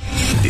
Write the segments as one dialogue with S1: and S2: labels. S1: The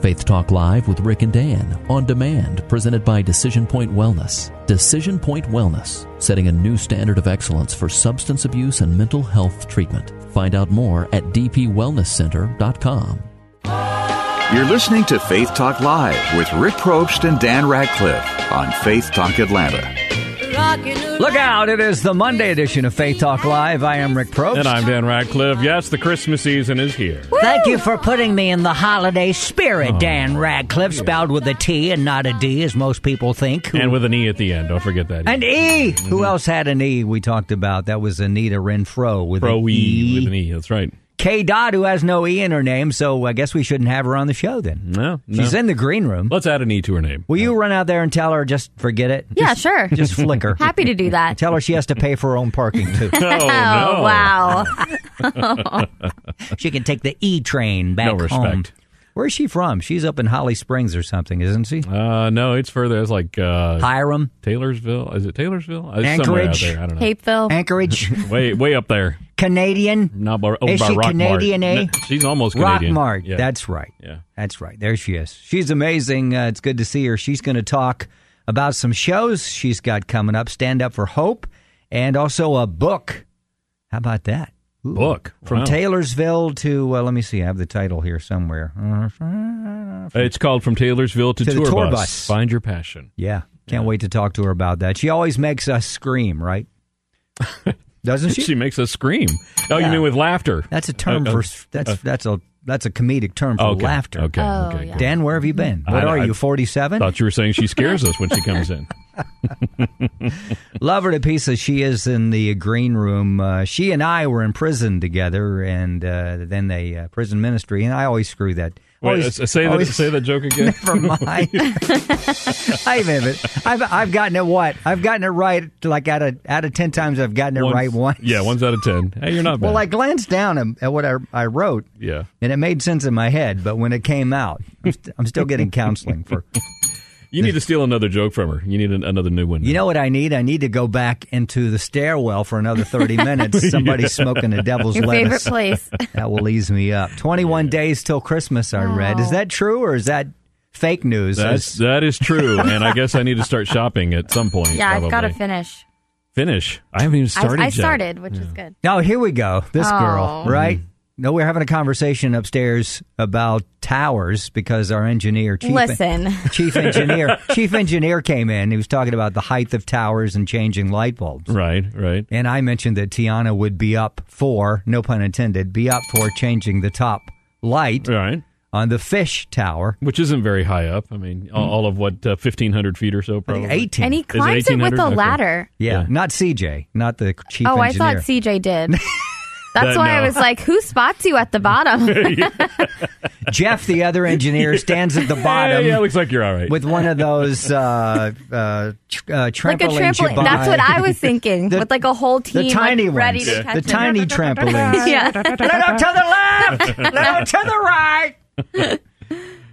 S2: Faith Talk Live with Rick and Dan on demand, presented by Decision Point Wellness. Decision Point Wellness, setting a new standard of excellence for substance abuse and mental health treatment. Find out more at dpwellnesscenter.com.
S3: You're listening to Faith Talk Live with Rick Probst and Dan Radcliffe on Faith Talk Atlanta.
S4: Look out, it is the Monday edition of Faith Talk Live. I am Rick Probst.
S5: And I'm Dan Radcliffe. Yes, the Christmas season is here.
S4: Thank you for putting me in the holiday spirit,
S5: Oh,
S4: Dan Radcliffe, spelled with a T and not a D, as most people think. who-
S5: And with an E at the end. Don't forget that. E.
S4: an E! Who else had an E we talked about? That was Anita Renfro with
S5: Pro
S4: an
S5: E with an E. That's right.
S4: K. Dodd, who has no E in her name, so I guess we shouldn't have her on the show then.
S5: No, no.
S4: She's in the green room.
S5: Let's add an E to her name.
S4: Will you run out there and tell her just forget it?
S6: Yeah,
S4: Just-
S6: sure.
S4: Just flicker.
S6: Happy to do that.
S4: Tell her she has to pay for her own parking too.
S5: Oh, no.
S6: Oh, wow.
S4: she can take the E train back
S5: No respect.
S4: home. Where's she from? She's up in Holly Springs or something, isn't she?
S5: Uh, no, it's further. It's like uh,
S4: Hiram,
S5: Taylorsville. Is it Taylorsville? It's somewhere out
S4: Anchorage.
S5: there. I don't know.
S6: hey, Phil.
S4: Anchorage,
S5: Way, way up there.
S4: Canadian,
S5: Not by, over
S4: Is
S5: by
S4: she
S5: Rockmart.
S4: Canadian, eh?
S5: No, she's almost Canadian.
S4: Rockmart.
S5: Yeah.
S4: That's right.
S5: Yeah.
S4: That's right. There she is. She's amazing. Uh, it's good to see her. She's going to talk about some shows she's got coming up Stand Up for Hope and also a book. How about that? Ooh.
S5: Book.
S4: From
S5: Wow.
S4: Taylorsville to, uh, let me see, I have the title here somewhere. Uh,
S5: It's called From Taylorsville to,
S4: To the
S5: tour,
S4: Tour
S5: bus.
S4: Bus.
S5: Find your passion.
S4: Yeah. Can't wait to talk to her about that. She always makes us scream, right? Doesn't she?
S5: She makes us scream. Oh,
S4: Yeah.
S5: you mean with laughter?
S4: that's a term
S5: Uh, uh,
S4: for that's that's a that's a comedic term for
S5: okay.
S4: laughter.
S5: Okay.
S6: Oh,
S5: okay.
S6: yeah.
S5: cool.
S4: Dan, where have you been? What
S5: I-
S4: are
S5: I-
S4: you? Forty seven.
S5: Thought you were saying she scares us when she comes in.
S4: Love her to pieces. She is in the green room. Uh, she and I were in prison together, and uh, then they uh, prison ministry. And I always screw that.
S5: Wait,
S4: Always-
S5: uh, say that.
S4: always-
S5: Say that joke again.
S4: Never mind. I even have it. I've I've gotten it what I've gotten it right. Like out of out of ten times, I've gotten it
S5: Once-
S4: right once.
S5: Yeah, one's out of ten. Hey, you're not bad.
S4: Well, I glanced down at- at what I, I wrote,
S5: yeah.
S4: and it made sense in my head. But when it came out, I'm, st- I'm still getting counseling for.
S5: You need to steal another joke from her. You need an, another new one.
S4: You know what I need? I need to go back into the stairwell for another 30 minutes. Somebody's smoking a devil's
S6: Your favorite
S4: lettuce.
S6: place.
S4: That will ease me up. 21 days till Christmas, I read. Is
S6: Wow.
S4: that true or is that fake news?
S5: that's that is true, and I guess I need to start shopping at some point.
S6: Yeah, I've got to
S5: probably.
S6: finish.
S5: finish. I haven't even
S6: I,
S5: started.
S6: I
S5: yet.
S6: started, which is good.
S4: no, here we go. This girl,
S6: Oh.
S4: right? No, we're having a conversation upstairs about towers because our engineer, chief,
S6: Listen.
S4: chief engineer, chief engineer came in. He was talking about the height of towers and changing light bulbs.
S5: Right, right.
S4: And I mentioned that Tiana would be up for, no pun intended, be up for changing the top light
S5: All right.
S4: on the fish tower.
S5: Which isn't very high up. I mean, all, all of what uh, fifteen hundred feet or so,
S4: I think
S5: probably.
S4: 18.
S6: And he
S5: it
S6: climbs it, with
S5: 1800?
S6: a
S5: Okay.
S6: ladder.
S4: yeah,
S5: Yeah.
S4: not CJ, not the chief
S6: oh, I
S4: engineer.
S6: thought CJ did. That's
S5: That-
S6: why I
S5: no.
S6: was like, who spots you at the bottom?
S4: Jeff, the other engineer, stands at the
S5: Yeah,
S4: bottom
S5: yeah, looks like you're all right.
S4: with one of those uh, uh, tr- uh, trampolines
S6: like a
S4: you
S6: trampoline.
S4: buy.
S6: That's what I was thinking.
S4: The-
S6: with like a whole team
S4: the tiny
S6: like, ready
S4: ones,
S6: to catch
S4: the
S6: it.
S4: tiny trampolines.
S6: yeah.
S4: Let out to the left, let out to the right.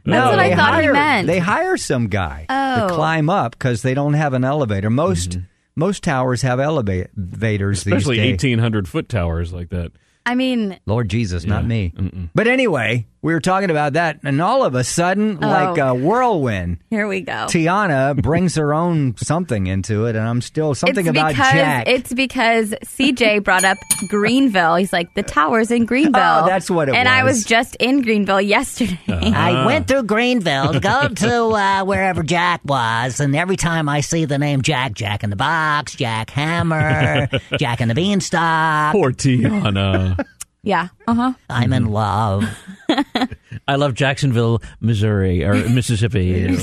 S4: No,
S6: what I
S4: they
S6: thought he
S4: hire-
S6: meant.
S4: They hire some guy to
S6: Oh.
S4: climb up because they don't have an elevator. Most most towers have eleva- elevators
S5: Mm-hmm. Especially
S4: these days.
S5: eighteen hundred foot towers like that.
S6: I mean,
S4: Lord Jesus, not me. But anyway, we were talking about that, and all of a sudden,
S6: Oh.
S4: like a whirlwind,
S6: here we go.
S4: Tiana brings her own something into it, and I'm still something
S6: it's
S4: about
S6: because
S4: Jack.
S6: it's because CJ brought up Greenville. He's like the towers in Greenville.
S4: Oh, that's what it
S6: and I
S4: was. Uh-huh.
S6: was just in Greenville yesterday.
S4: Ah.
S7: I went through Greenville, go to uh, wherever Jack was, and every time I see the name Jack, Jack in the
S4: Uh,
S7: Box, Jack Hammer, Jack and the Beanstalk,
S5: Poor Tiana.
S6: Yeah. Uh huh.
S7: I'm
S8: Mm-hmm.
S7: in love.
S8: I love Jacksonville, Missouri, or Mississippi, or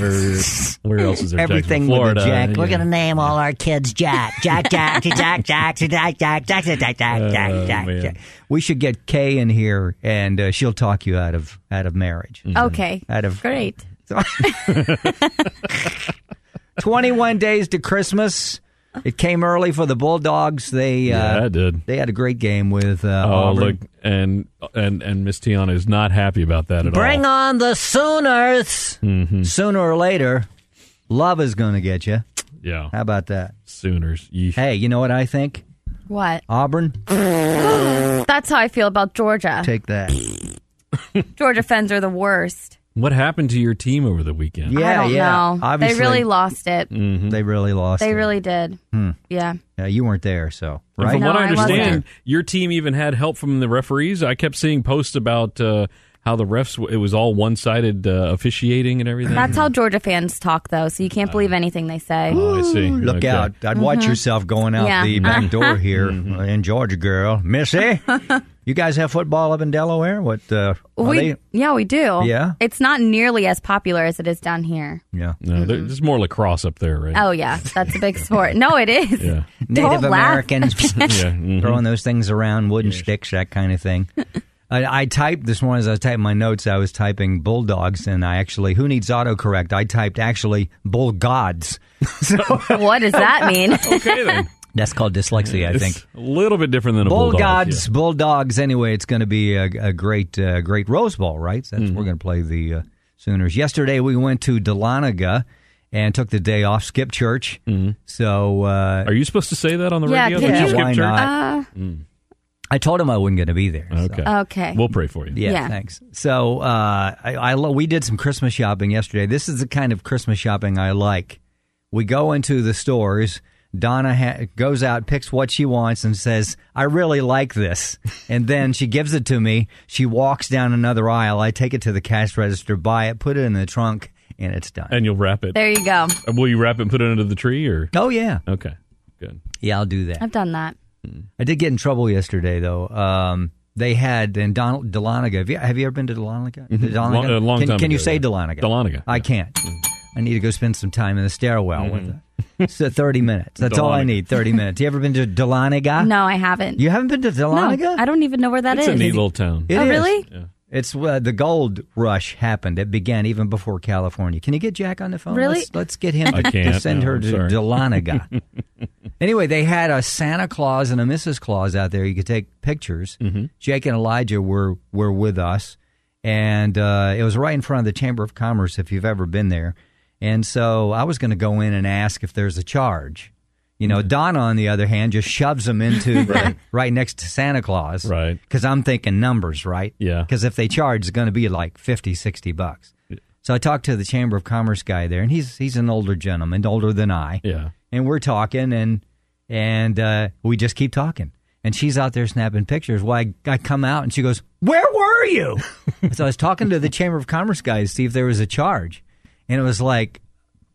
S8: where else is there?
S4: Everything
S8: Jacksonville?
S4: with a
S8: Florida.
S4: Jack.
S8: yeah.
S7: We're gonna name all our kids Jack, Jack, Jack, Jack, Jack, Jack, Jack, Jack, Jack, Jack, Jack, Jack, Jack,
S8: Oh, man.
S7: Jack.
S4: We should get Kay in here, and uh, she'll talk you out of out of marriage.
S6: Okay.
S4: Mm-hmm. Out of-
S6: Great.
S4: 21 days to Christmas. It came early for the Bulldogs. They
S5: Yeah,
S4: uh,
S5: I did.
S4: they had a great game with uh,
S5: Oh,
S4: Auburn.
S5: look, and and and Miss Tiana is not happy about that at
S7: Bring
S5: all.
S7: on the Sooners.
S5: Mm-hmm.
S4: Sooner or later, love is going to get you.
S5: Yeah,
S4: How about that?
S5: Sooners. Yeesh.
S4: Uh, Hey, you know what I think?
S6: What?
S4: Auburn, Oh.
S6: That's how I feel about Georgia.
S4: take that.
S6: Georgia fans are the worst.
S5: What happened to your team over the weekend?
S4: Yeah,
S6: I don't
S4: yeah.
S6: know.
S4: Obviously, Mm.
S6: They really lost it.
S5: Mm-hmm.
S4: They really lost.
S6: They
S4: it.
S6: really did.
S4: Hmm.
S6: Yeah.
S4: Yeah, you weren't there, so
S5: And
S4: right.
S5: From what
S6: No,
S5: I
S6: I wasn't.
S5: understand, your team even had help from the referees. I kept seeing posts about uh, how the refs, it was all one sided uh, officiating and everything.
S6: That's how Georgia fans talk, though. So you
S4: Uh.
S6: can't believe anything they say.
S5: oh, I see.
S4: Look
S5: Okay.
S4: out! I'd watch yourself going out
S6: Mm-hmm. Yeah.
S4: the back door here
S5: Mm-hmm.
S4: in Georgia, girl, Missy. you guys have football up in Delaware? What? Uh, are
S6: We
S4: they-
S6: yeah we do
S4: Yeah?
S6: It's not nearly as popular as it is down here.
S4: yeah.
S5: No, there- there's more lacrosse up there, right?
S6: Oh yeah, that's a big sport. No, it is.
S5: Yeah.
S4: Native
S6: Don't laugh.
S4: Americans
S5: Yeah. mhm.
S4: throwing those things around, wooden sticks, that kind of thing. I, I typed this morning as I was typing my notes. I was typing bulldogs, and I actually who needs autocorrect? I typed actually bull gods.
S6: What does that mean?
S5: Okay, then.
S4: That's called dyslexia, I think.
S5: It's a little bit different than a
S4: Bull
S5: bulldog.
S4: gods, bulldogs. Anyway, it's going to be a, a great, uh, great Rose Bowl, right? That's
S5: Mm-hmm.
S4: we're going to play the uh, Sooners. Yesterday, we went to Dahlonega and took the day off. Skip church, so uh,
S5: Yeah. Mm-hmm. Are you supposed to say that on the
S6: Yeah,
S5: radio?
S6: can
S5: that
S6: you-
S5: skip
S4: why
S5: church? Mm.
S4: not?
S6: Uh,
S4: I told him I wasn't going to be there. so-
S5: Okay.
S6: okay.
S5: We'll pray for you.
S4: Yeah,
S6: Yeah.
S4: thanks. So uh, I, I lo- we did some Christmas shopping yesterday. This is the kind of Christmas shopping I like. We go into the stores. Donna ha- goes out, picks what she wants, and says, "I really like this." And then she gives it to me. She walks down another aisle. I take it to the cash register, buy it, put it in the trunk, and it's done.
S5: And you'll wrap it.
S6: there you go.
S5: Uh, Will you wrap it and put it under the tree or?
S4: oh yeah,
S5: Okay. Good.
S4: yeah, I'll do that.
S6: I've done that.
S4: I did get in trouble yesterday, though. Um, they had and Donald Dahlonega. Have you, have you ever been to Dahlonega? Dahlonega?
S5: Mm-hmm. Long- a long
S4: can,
S5: time
S4: Can you
S5: ago,
S4: say
S5: yeah. Mm-hmm.
S4: Dahlonega?
S5: Dahlonega,
S4: I
S5: yeah.
S4: can't. I need to go spend some time in the stairwell
S5: Mm-hmm.
S4: with it. So thirty minutes. That's all I
S5: Dahlonega.
S4: need. Thirty minutes. You ever been to Dahlonega?
S6: No, I haven't.
S4: You haven't been to Dahlonega?
S6: no, I don't even know where that is.
S5: It's a neat little town.
S4: It
S6: oh
S4: is.
S6: really?
S4: It's uh, the gold rush happened. It began even before California. Can you get Jack on the phone?
S6: Really?
S4: Let's, let's get him
S5: I
S4: to,
S5: can't.
S4: send
S5: No,
S4: her
S5: I'm
S4: to
S5: sorry.
S4: Dahlonega. anyway, they had a Santa Claus and a Mrs. Claus out there. You could take pictures.
S5: Mm-hmm.
S4: Jake and Elijah were were with us, and uh, it was right in front of the Chamber of Commerce. If you've ever been there, and so I was going to go in and ask if there's a charge. You
S5: Mm-hmm.
S4: know, Donna, on the other hand, just shoves them into right. next to Santa Claus.
S5: Right.
S4: Because I'm thinking numbers, right?
S5: Yeah.
S4: Because if they charge, it's going to be like 50, 60 bucks. So I talked to the Chamber of Commerce guy there, and he's he's an older gentleman, older than I.
S5: Yeah.
S4: And we're talking, and and uh, we just keep talking. And she's out there snapping pictures. Why I, I come out, and she goes, "Where were you?" so I was talking to the Chamber of Commerce guy to see if there was a charge, and it was like,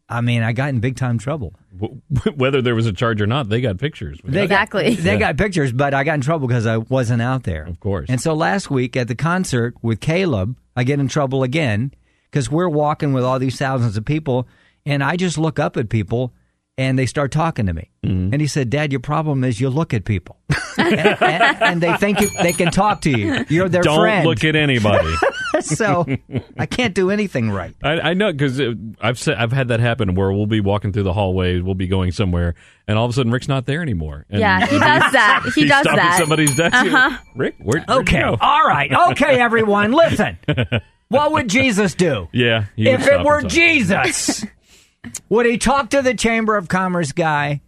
S4: I mean, I got in big time trouble.
S5: W- Whether there was a charge or not, they got pictures.
S4: They got-
S6: Exactly.
S4: they got pictures, but I got in trouble because I wasn't out there. Of
S5: course.
S4: And so last week at the concert with Caleb, I get in trouble again because we're walking with all these thousands of people, and I just look up at people and they start talking to me.
S5: Mm-hmm.
S4: And he said, Dad, your problem is you look at people. and, and- and they think you, they can talk to you. You're their
S5: Don't
S4: friend.
S5: look at anybody.
S4: so I can't do anything right.
S5: I, I know because I've said, I've had that happen where we'll be walking through the hallway, we'll be going somewhere, and all of a sudden Rick's not there anymore. And
S6: Yeah, he does that. He
S5: he's
S6: does
S5: stopped
S6: that. Uh-huh.
S5: At somebody's desk. Rick, where? where'd
S4: Okay.
S5: You go?
S4: All right. Okay, everyone, listen. What would Jesus do?
S5: Yeah. he would
S4: if
S5: stop
S4: it
S5: and
S4: were
S5: talk.
S4: Jesus, would he talk to the Chamber of Commerce guy?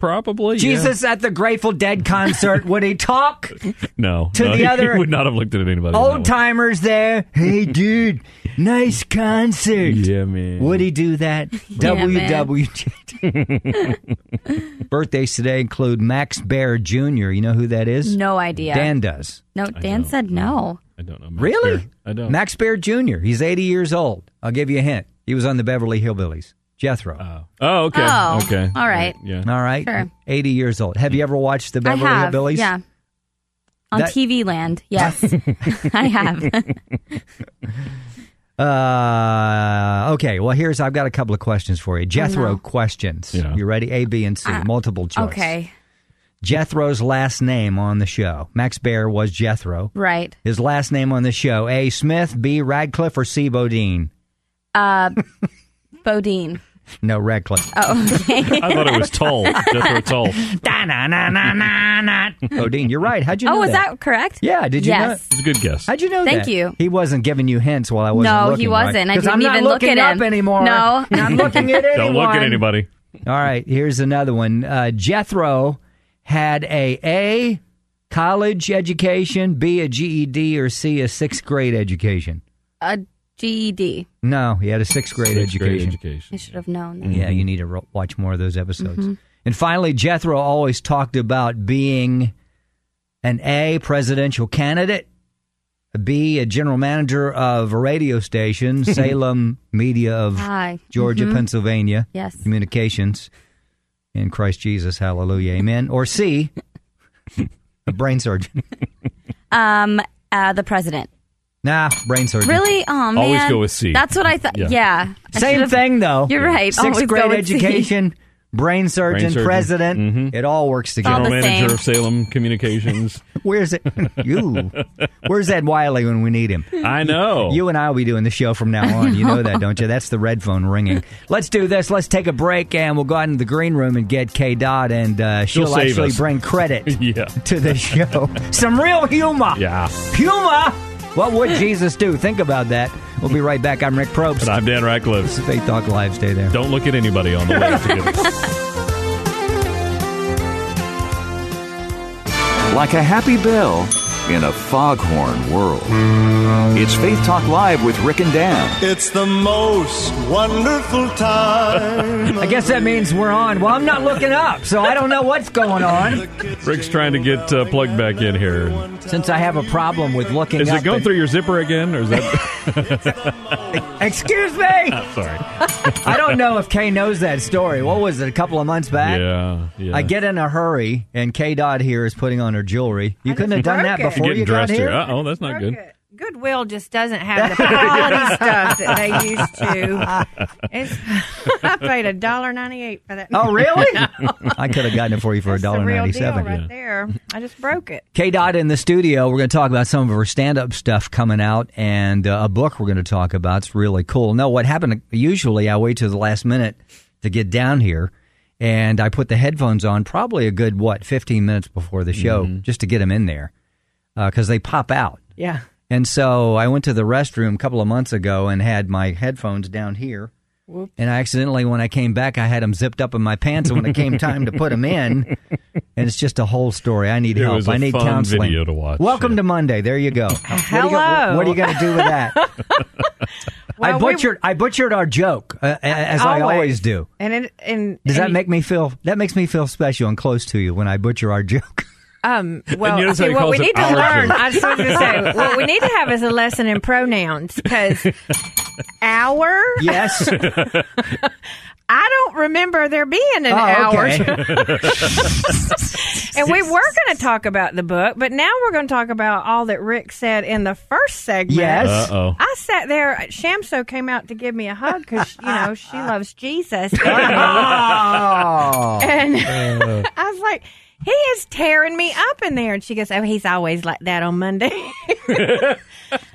S5: probably yeah.
S4: Jesus at the Grateful Dead concert, would he talk?
S5: No,
S4: to
S5: no,
S4: the
S5: he
S4: other-
S5: would not have looked at anybody. on that one.
S4: Old timers there. Hey, dude, nice concert.
S5: Yeah, man.
S4: Would he do that?
S6: Damn it.
S4: WWJD. Birthdays today include Max Baer Jr. You know who that is?
S6: No idea.
S4: Dan does.
S6: no, Dan said no.
S5: I don't know. Max
S4: Really?
S5: Baer. I don't.
S4: Max Baer Jr. He's 80 years old. I'll give you a hint. He was on the Beverly Hillbillies. Jethro.
S5: Oh, okay.
S6: Oh,
S5: okay.
S6: all right.
S5: Yeah.
S4: All right.
S6: Sure.
S4: 80 years old. Have you ever watched the Beverly
S6: I have.
S4: Hillbillies?
S6: Yeah. on
S4: That-
S6: TV land. Yes, I have.
S4: Uh, okay. Well, here's I've got a couple of questions for you. Jethro questions. You ready? A, B, and C. multiple choice.
S6: Uh, okay,
S4: Jethro's last name on the show. Max Baer was Jethro.
S6: right.
S4: His last name on the show: A. Smith, B. Radcliffe, or C. Bodine.
S6: Uh, Bodine.
S4: No, Radcliffe.
S6: Oh, okay.
S5: I thought it was Toll. Jethro Toll.
S4: Da, na, na, na, na, na. Bodine, you're right. How'd you know
S6: oh, was that correct?
S4: Yeah, did you know
S6: Yes.
S4: it?
S5: It's a good guess.
S4: How'd you know
S6: Thank
S4: that?
S6: you.
S4: He wasn't giving you hints while I wasn't
S6: no,
S4: looking.
S6: he wasn't.
S4: Right?
S6: I
S4: 'Cause
S6: didn't
S4: I'm not
S6: even
S4: looking
S6: look at him
S4: up anymore.
S6: No,
S4: Not looking at anyone.
S5: Don't look at anybody.
S4: All right, here's another one. Uh, Jethro had a A college education, B a GED, or C a sixth grade education.
S6: a GED.
S4: No, he had a sixth grade
S5: Sixth grade
S4: education.
S6: E I
S5: education.
S6: should have known. That.
S4: Yeah, you need to ro- watch more of those episodes.
S6: Mm-hmm.
S4: And finally, Jethro always talked about being an A presidential candidate, a B a general manager of a radio station, Salem Media of
S6: Hi.
S4: Georgia, Pennsylvania.
S6: Ah, mm-hmm. Yes.
S4: Communications in Christ Jesus. Hallelujah. Amen. Or C, a brain surgeon.
S6: Um, uh, the president.
S4: Nah, brain surgeon.
S6: Really? Oh man.
S5: Always go with C.
S6: That's what I thought.
S5: Yeah.
S6: Yeah. I
S4: Same
S6: should've-
S4: thing, though.
S6: You're right.
S4: Sixth
S6: Always go
S4: grade
S6: with C. Mm-hmm.
S4: education, brain surgeon,
S5: surgeon.
S4: president. It all works
S6: all
S4: together.
S6: the
S5: Manager
S6: same.
S5: of Salem Communications.
S4: Where's it? you. Where's Ed Wiley when we need him?
S5: I know.
S4: You and I will be doing the show from now on. You know that, don't you? That's the red phone ringing. Let's do this. Let's take a break, and we'll go out into the green room and get K. Dot, and uh, she'll,
S5: She'll save
S4: actually
S5: us.
S4: bring credit
S5: Yeah.
S4: to the show. Some real humor.
S5: yeah.
S4: Humor. What would Jesus do? Think about that. We'll be right back. I'm Rick
S5: And
S4: Probst.
S5: I'm Dan Ratcliffe.
S4: This is Faith Talk Live. Stay there.
S5: Don't look at anybody on the way to get
S3: Like a happy bell in a foghorn world. It's Faith Talk Live with Rick and Dan.
S9: It's the most wonderful time.
S4: I guess that means we're on. Well, I'm not looking up, so I don't know what's going on.
S5: Rick's trying to get uh, plugged back in here.
S4: Since I have a problem with looking
S5: Is
S4: up.
S5: it going
S4: and-
S5: through your zipper again, or is that?
S4: Excuse me.
S5: Sorry.
S4: I don't know if Kay knows that story. What was it, a couple of months back?
S5: Yeah. Yeah.
S4: I get in a hurry, and K. Dodd here is putting on her jewelry. You couldn't have done that
S10: broke it.
S4: before
S5: getting
S4: you got
S5: dressed
S4: here.
S5: Uh oh, that's not good.
S10: Goodwill just doesn't have the quality stuff that they used to. It's, I paid a dollar ninety eight for that.
S4: Oh, really? I could have gotten it for you for a
S10: That's the
S4: dollar
S10: real deal
S4: ninety-seven.
S10: right there. I just broke it.
S4: K. Dodd in the studio. We're going to talk about some of her stand-up stuff coming out, and uh, a book we're going to talk about. It's really cool. No, what happened? Usually, I wait till the last minute to get down here, and I put the headphones on probably a good what fifteen minutes before the show
S5: Mm-hmm.
S4: just to get them in there because they pop out.
S10: Yeah.
S4: And so I went to the restroom a couple of months ago and had my headphones down here. And I accidentally, when I came back, I had them zipped up in my pants. And when it came time to put them in, and it's just a whole story. I need
S5: It
S4: help.
S5: was a
S4: I need
S5: fun
S4: counseling.
S5: video to watch,
S4: Welcome
S5: yeah.
S4: to Monday. There you go.
S10: Hello.
S4: What are you going to do with that?
S10: Well,
S4: I
S10: we-
S4: butchered. I butchered our joke uh, a- as I
S10: Always.
S4: always do.
S10: And it, and
S4: Does that
S10: and-
S4: make me feel? That makes me feel special and close to you when I butcher our joke.
S10: Um, well,
S5: And you notice
S10: see,
S5: how he
S10: what
S5: calls
S10: we
S5: it
S10: need to
S5: our
S10: learn,
S5: joke.
S10: I just wanted to say, what we need to have is a lesson in pronouns because our,
S4: Yes.
S10: I don't remember there being an
S4: Oh,
S10: hour.
S4: okay.
S10: And we were going to talk about the book, but now we're going to talk about all that Rick said in the first segment.
S4: Yes.
S5: Uh oh.
S10: I sat there. uh, Shamso came out to give me a hug because you know she loves Jesus, and
S4: Oh. Uh.
S10: I was like, "He is tearing me up in there." And she goes, "Oh, he's always like that on Monday."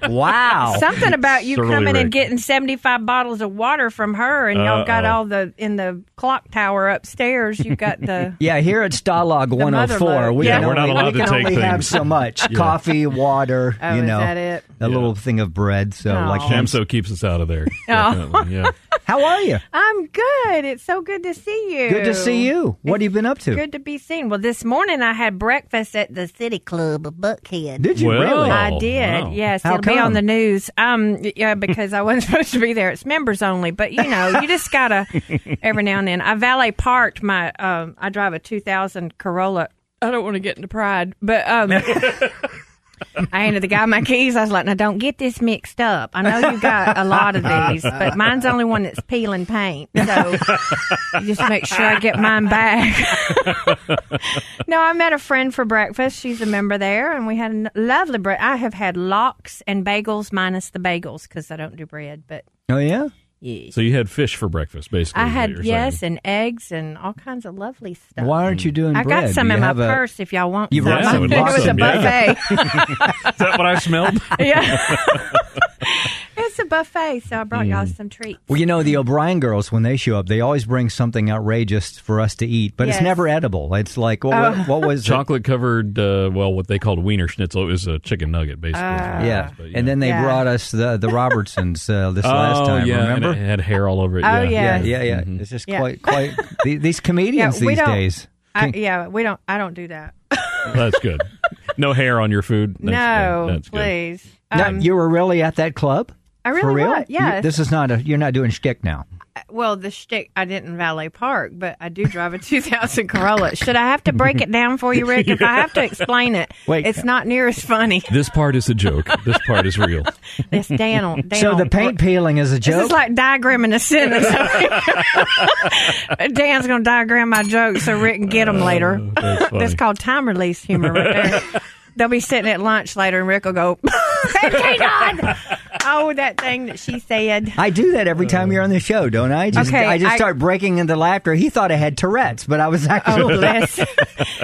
S4: Wow.
S10: Something about you
S5: Surly
S10: coming
S5: Rick.
S10: and getting seventy-five bottles of water from her, and y'all got
S5: Uh-oh.
S10: all the in the clock tower upstairs. You got the
S4: Yeah, here at Stalag
S10: mother
S4: 104,
S10: load.
S4: we
S10: Yeah,
S4: can
S10: we're
S5: not
S4: only,
S5: allowed
S4: we
S5: to
S4: can
S5: take
S4: only have
S5: things.
S4: so much coffee, water,
S10: Oh,
S4: you
S10: is
S4: know,
S10: that it?
S4: a little thing of bread. So,
S10: Aw.
S4: like,
S5: Shamso keeps us out of there. Definitely, Yeah.
S4: how are you?
S10: I'm good. It's so good to see you.
S4: Good to see you. What have you been up to?
S10: Good to be seen. Well, this morning I had breakfast at the City Club of Buckhead.
S4: Did you
S5: Well.
S4: really?
S10: I did.
S5: wow.
S10: Yes,
S4: How
S10: it'll be
S4: come?
S10: on the news. Um, y- yeah, because I wasn't supposed to be there. It's members only, but you know, you just gotta every now and then. I valet parked my. Um, I drive a 2000 Corolla. I don't want to get into pride, but um, I handed the guy my keys. I was like, now don't get this mixed up. I know you got a lot of these, but mine's the only one that's peeling paint. So you just make sure I get mine back. no, I met a friend for breakfast. She's a member there, and we had a n- lovely bread. I have had lox and bagels minus the bagels because I don't do bread, but
S4: Oh yeah.
S5: So you had fish for breakfast, basically.
S10: I
S5: is what
S10: had,
S5: you're
S10: yes,
S5: saying.
S10: and eggs and all kinds of lovely stuff.
S4: Why aren't you doing
S10: I
S4: bread?
S10: got some
S4: Do
S10: in
S4: you
S10: my
S4: have a-
S10: purse if y'all want
S4: You've got
S10: some.
S4: some.
S10: It was a
S4: Awesome, yeah.
S10: buffet.
S5: Is that what I smelled?
S10: yeah. it's a buffet, so I brought y'all some treats.
S4: Mm. Well, you know, the O'Brien girls, when they show up, they always bring something outrageous for us to eat, but
S10: Yes.
S4: it's never edible. It's like, what,
S10: Oh.
S4: what, what was it?
S5: chocolate covered? Uh, well, what they called wiener schnitzel. It was a chicken nugget, basically.
S10: Uh,
S5: is what it
S4: Yeah.
S5: was, but,
S4: And then they
S10: Yeah.
S4: brought us the, the Robertsons uh, this last
S5: Oh,
S4: time,
S5: yeah, and
S4: remember?
S5: it had hair all over it,
S10: Oh,
S5: yeah.
S4: yeah.
S10: yes.
S4: Yeah, yeah.
S5: Mhm.
S4: It's just
S10: Yeah.
S4: quite, quite, the- these comedians
S10: we
S4: these
S10: don't-
S4: days.
S10: I, yeah, we don't. I don't do that.
S5: That's good. No hair on your food. That's
S10: no,
S5: good. That's good.
S10: please.
S4: Now,
S10: Um,
S4: you were really at that club?
S10: I really
S4: For real?
S10: was,
S4: You-
S10: yes.
S4: this is not a, you're not doing shtick now.
S10: well, the shtick. I didn't valet park, but I do drive a 2000 Corolla. Should I have to break it down for you, Rick? If I have to explain it,
S5: Wait.
S4: uh,
S10: it's not near as funny.
S5: This part is a joke. This part is real.
S10: It's down. down.
S4: So the paint peeling is a
S10: This
S4: joke?
S10: is like diagramming a sentence. Dan's going to diagram my jokes so Rick can get
S4: Oh,
S10: them later.
S5: that's funny.
S10: That's called time release humor right there. They'll be sitting at lunch later and Rick will go, "Santana!" Oh, that thing that she said.
S4: I do that every time you're on the show, don't I? Just,
S10: Okay,
S4: I just
S10: I-
S4: start breaking into laughter. He thought I had Tourette's, but I was
S10: Oh,
S4: actually.
S10: bless.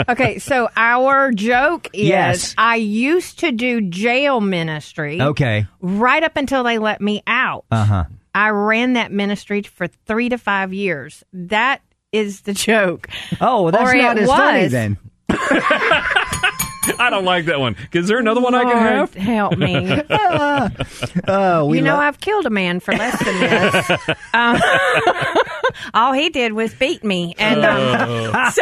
S10: Okay, so our joke is
S4: Yes.
S10: I used to do jail ministry.
S4: okay.
S10: Right up until they let me out.
S4: Uh
S5: Uh-huh.
S4: huh.
S10: I ran that ministry for three to five years. That is the joke.
S4: Oh, well, that's
S10: Or
S4: not
S10: it
S4: as funny
S10: was.
S4: then.
S5: I don't like that one. Is there another one I can
S10: Lord,
S5: have? Uh,
S10: Help me.
S4: Ah. Oh, we
S10: you know,
S4: lo-
S10: I've killed a man for less than this. um, all he did was beat me, and um, so,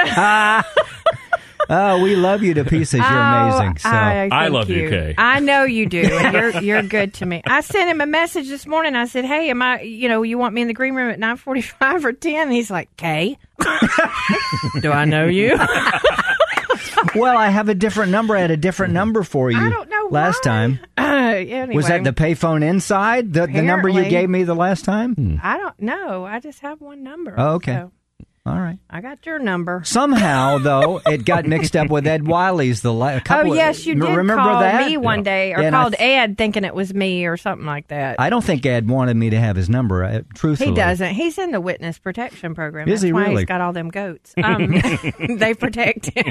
S4: oh, we love you to pieces. You're
S10: Oh,
S4: amazing. So
S10: I,
S5: I
S10: thank
S5: love you, Kay.
S10: I know you do. and You're you're good to me. I sent him a message this morning. I said, "Hey, am I? You know, you want me in the green room at nine forty-five or 10? He's like, "Kay, do I know you?"
S4: well, I have a different number. I had a different number for you.
S10: I don't know.
S4: Last
S10: why.
S4: time
S10: anyway,
S4: was that the payphone inside the, the number you
S10: Apparently.
S4: gave me the last time?
S10: I don't know. I just have one number.
S4: Oh, okay.
S10: so
S4: All right.
S10: I got your number.
S4: Somehow though, it got mixed up with Ed Wiley's the la- a couple.
S10: oh yes, you
S4: m-
S10: did
S4: remember
S10: call
S4: that?
S10: me one day, or
S4: And I
S10: called
S4: th-
S10: Ed thinking it was me or something like that.
S4: I don't think Ed wanted me to have his number. uh, Truthfully,
S10: he doesn't. He's in the witness protection program.
S4: Is
S10: That's
S4: he
S10: why
S4: really?
S10: he's got all them goats. Um, they protect him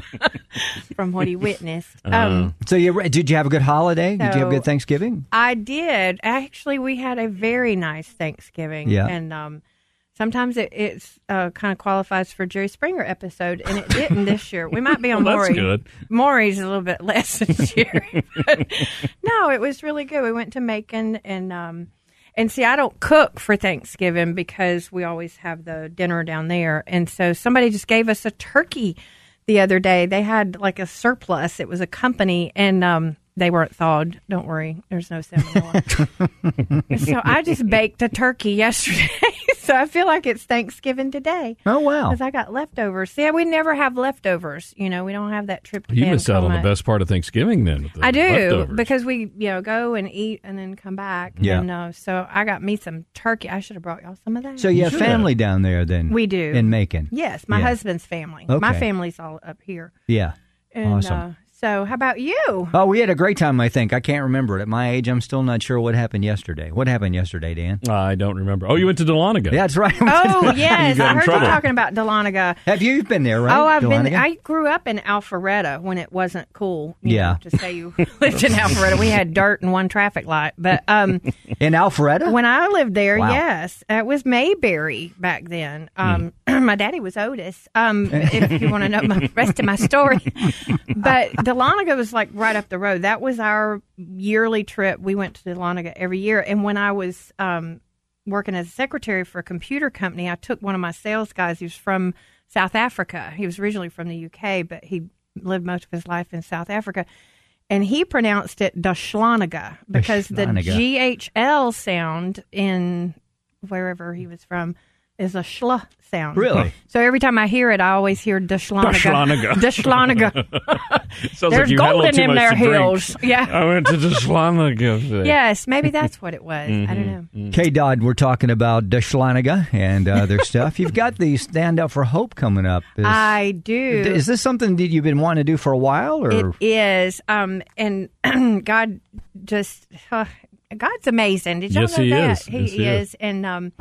S10: from what he witnessed.
S4: Uh-huh.
S10: Um,
S4: So you did you have a good holiday? did you have a
S10: So-
S4: good Thanksgiving?
S10: I did actually. We had a very nice Thanksgiving.
S4: Yeah.
S10: and um, sometimes it it's, uh, kind of qualifies for Jerry Springer episode, and it didn't this year. We might be on
S5: Well, that's
S10: Maury.
S5: good.
S10: Maury's a little bit less this year. But no, it was really good. We went to Macon and. Um, and see, I don't cook for Thanksgiving because we always have the dinner down there. And so somebody just gave us a turkey the other day. They had like a surplus. It was a company, and um, they weren't thawed. Don't worry, there's no salmonella. so I just baked a turkey yesterday. so I feel like it's Thanksgiving today.
S4: Oh wow!
S10: Because I got leftovers. See, we never have leftovers. You know, we don't have that trip. to
S5: You
S10: Cancun
S5: missed out on the
S10: much.
S5: best part of Thanksgiving then. with the
S10: I do
S5: leftovers.
S10: because we, you know, go and eat and then come back.
S4: Yeah.
S10: And, uh, so I got me some turkey. I should have brought y'all some of that.
S4: So you have
S5: should.
S4: family down there then?
S10: we do
S4: in Macon.
S10: Yes, my
S4: Yeah.
S10: husband's family.
S4: Okay.
S10: My family's all up here.
S4: Yeah.
S10: And,
S4: Awesome.
S10: Uh, so how about you?
S4: Oh, we had a great time. I think I can't remember it. At my age, I'm still not sure what happened yesterday. What happened yesterday, Dan?
S5: I don't remember. Oh, you went to Dahlonega.
S4: Yeah, that's right.
S10: Oh yes,
S5: You got
S10: I
S5: in
S10: heard
S5: trouble.
S10: you talking about Dahlonega.
S4: Have you been there? Right?
S10: Oh, I've been.
S4: Dahlonega?
S10: I grew up in Alpharetta when it wasn't cool. you
S4: Yeah.
S10: know, to say you lived in Alpharetta, we had dirt and one traffic light. But um,
S4: in Alpharetta.
S10: when I lived there,
S4: Wow. Hmm.
S10: yes, it was Mayberry back then. Um, my daddy was Otis. Um, if you want to know my rest of my story, but Dahlonega was like right up the road. That was our yearly trip. We went to Dahlonega every year, and when I was um, working as a secretary for a computer company, I took one of my sales guys. He was from South Africa. He was originally from the UK, but he lived most of his life in South Africa. And he pronounced it Dashlanaga because the
S4: Dahlonega.
S10: GHL sound in wherever he was from is a schl sound.
S5: Really?
S10: So every time I hear it, I always hear Dashlanaga. Dashlanaga.
S5: Sounds like
S10: There's
S5: you had a little
S10: gold in
S5: too
S10: them
S5: much
S10: there
S5: to drink.
S10: hills. Yeah.
S5: I went to Deshlanaga today.
S10: yes, maybe that's what it was. I
S5: Mm-hmm.
S10: don't know.
S4: K Dodd, we're talking about Dashlanaga and uh, their stuff. You've got the Stand Up for Hope coming up. Is,
S10: I do.
S4: is this something that you've been wanting to do for a while? Or
S10: It is. Um, and God just, uh, God's amazing. Did y'all
S4: Yes,
S10: know
S4: he
S10: that?
S4: is. Yes, he
S10: is.
S4: is.
S10: And um,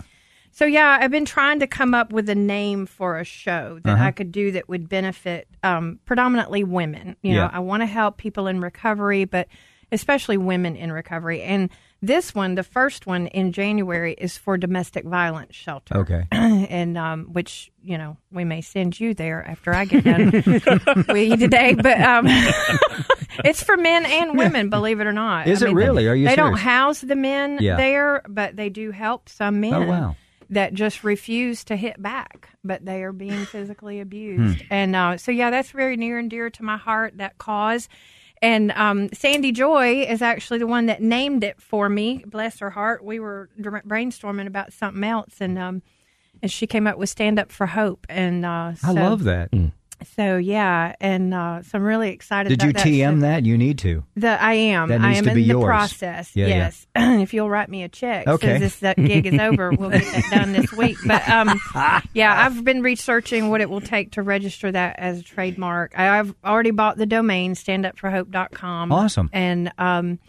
S10: so, yeah, I've been trying to come up with a name for a show that
S11: Uh-huh.
S10: I could do that would benefit um, predominantly women. You
S11: Yeah.
S10: know, I want to help people in recovery, but especially women in recovery. And this one, the first one in January, is for domestic violence shelter
S4: Okay.
S10: and um, which you know we may send you there after I get done with you today. But um, it's for men and women, believe it or not.
S4: Is it
S10: they-
S4: really? Are you
S10: They don't
S4: serious?
S10: house the men
S4: Yeah. Oh,
S10: there, but they do help some men.
S4: wow.
S10: That just refuse to hit back, but they are being
S4: Hmm.
S10: physically abused. And uh, so, yeah, that's very near and dear to my heart, that cause. And um, Sandy Joy is actually the one that named it for me. Bless her heart. We were dr- brainstorming about something else, and um, and she came up with Stand Up for Hope. And uh, so,
S4: I love that.
S5: mm.
S10: So yeah, and uh, so I'm really excited.
S4: Did
S10: about
S4: you
S10: that.
S4: TM that? You need to.
S10: The I am.
S4: That needs
S10: I am
S4: to be
S10: in
S4: yours.
S10: the process.
S4: Yeah, yeah.
S10: yes. if you'll write me a check
S4: Okay.
S10: since this that gig is over, we'll get that done this week. But um, yeah, I've been researching what it will take to register that as a trademark. I- I've already bought the domain standupforhope.com.
S4: Awesome.
S10: And um,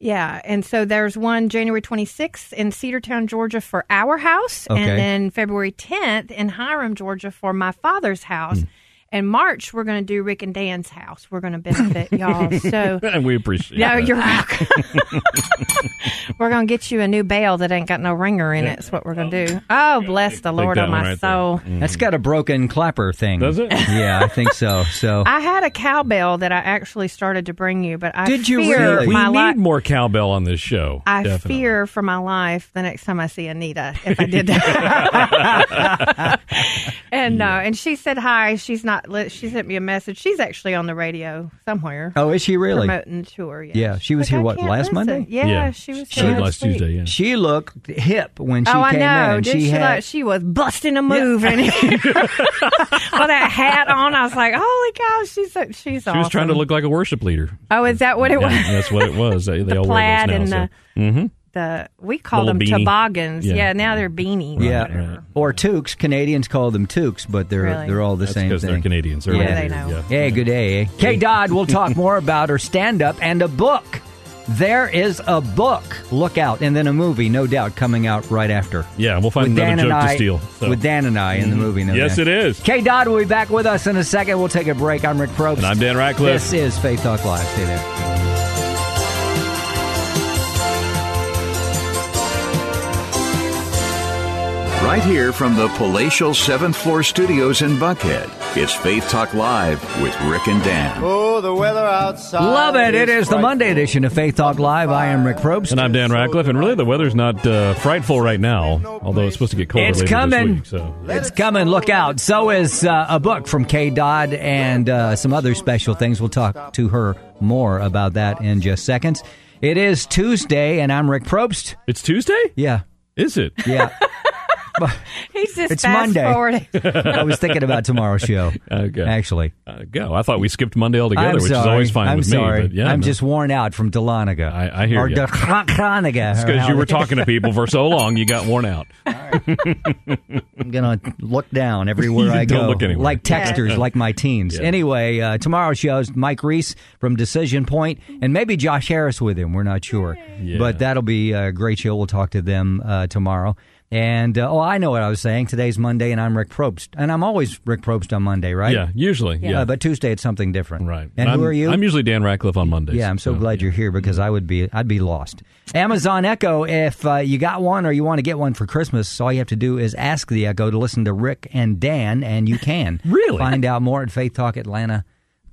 S10: yeah, and so there's one January 26th in Cedartown, Georgia for our house,
S11: Okay.
S10: and then February 10th in Hiram, Georgia for my father's house.
S4: Hmm.
S10: And March, we're going to do Rick and Dan's house. We're going to benefit y'all. So
S5: and we appreciate.
S10: No,
S5: that.
S10: you're welcome. we're gonna get you a new bell that ain't got no ringer in it. That's what we're gonna do. Oh, bless the Lord
S4: that
S10: on
S4: one
S10: my
S4: right there.
S10: soul.
S4: That's got a broken clapper thing. Does
S5: Mm. it?
S4: Yeah, I think so. So
S10: I had a cowbell that I actually started to bring you, but I
S5: Did you
S10: fear
S5: really? We
S10: my
S5: need
S10: life.
S5: more cowbell on this show.
S10: I
S5: Definitely.
S10: fear for my life the next time I see Anita if I did that. and uh, and she said hi. She's not. Li- she sent me a message. She's actually on the radio somewhere.
S4: Oh, is she really?
S10: promoting the tour? Yeah.
S4: Yeah, she was here what
S10: can't
S4: last
S10: listen.
S4: Monday?
S10: Yeah, Yeah. she was She here did last last week. Tuesday, yeah.
S4: She looked hip when she
S10: oh, I
S4: came
S10: know.
S4: in.
S10: Did she,
S4: had,
S10: like, she was busting a move and with that hat on. I was like, "Holy cow, she's so, she's
S5: She was trying to look like a worship leader.
S10: Oh, is that what it
S5: Yeah,
S10: was?
S5: That's what it was. They, they all
S10: plaid
S5: wear those
S10: and
S5: now.
S10: the-
S5: so. Mhm.
S10: The we called
S5: Little
S10: them
S5: beanie.
S10: toboggans.
S4: Yeah.
S10: Yeah. now they're beanies.
S4: yeah, or toques. Canadians call them toques, but they're
S10: Really?
S4: they're all the
S5: That's
S4: same
S5: 'cause
S4: thing.
S5: they're Canadians. They're
S4: yeah.
S5: Canadians, They know.
S4: Hey, good day. eh? K. Dodd. We'll talk more about her stand up and a book. There is a book. Look out, and then a movie, no doubt, coming out right after.
S5: Yeah, we'll find
S4: with
S5: another
S4: Dan
S5: joke
S4: and
S5: to
S4: I-
S5: steal, so.
S4: With Dan and I in the
S5: Mhm.
S4: movie. No
S5: Yes, it is.
S4: K. Dodd will be back with us in a second. We'll take a break. I'm Rick Probst.
S5: And I'm Dan Ratcliffe.
S4: This is Faith Talk Live. Stay there.
S3: Right here from the palatial seventh floor studios in Buckhead, it's Faith Talk Live with Rick and Dan.
S9: Oh, the weather outside.
S4: Love it. It is the Monday edition of Faith Talk Live. I am Rick Probst.
S5: And I'm Dan Ratcliffe, and really the weather's not uh, frightful right now, although it's supposed to get colder
S4: It's
S5: later
S4: coming.
S5: this week. So
S4: It's coming. Look out. So is uh, a book from Kay Dodd and uh, some other special things. We'll talk to her more about that in just seconds. It is Tuesday, and I'm Rick Probst.
S5: It's Tuesday?
S4: Yeah.
S5: Is it?
S4: Yeah.
S10: He's just
S4: it's
S10: fast
S4: Monday.
S10: forwarding.
S4: I was thinking about tomorrow's show.
S5: Okay. Uh,
S4: Actually,
S5: go. I thought we skipped Monday altogether,
S4: I'm
S5: which
S4: sorry.
S5: is always fine
S4: I'm
S5: with
S4: sorry.
S5: me. But yeah,
S4: I'm
S5: no.
S4: just worn out from Dahlonega. I,
S5: hear
S4: or
S5: you.
S4: Or Dahlonega.
S5: It's
S4: or
S5: because
S4: how
S5: you were
S4: it-
S5: talking to people for so long, you got worn out.
S4: I'm gonna look down everywhere
S5: You
S4: I go.
S5: don't look anywhere.
S4: Like
S5: Yeah.
S4: texters, like my teens. Anyway, uh, tomorrow's show is Mike Reese from Decision Point, and maybe Josh Harris with him. We're not sure, but that'll be a great show. We'll talk to them uh, tomorrow. And uh, oh, I know what I was saying. Today's Monday, and I'm Rick Probst, and I'm always Rick Probst on Monday, right?
S5: Yeah, usually, yeah.
S4: Uh, but Tuesday it's something different, right? And
S5: I'm,
S4: who are you?
S5: I'm usually Dan Ratcliffe on Mondays.
S4: Yeah, I'm so, glad you're here because I would be I'd be lost. Amazon Echo, if uh, you got one or you want to get one for Christmas, all you have to do is ask the Echo to listen to Rick and Dan, and you can really find out more at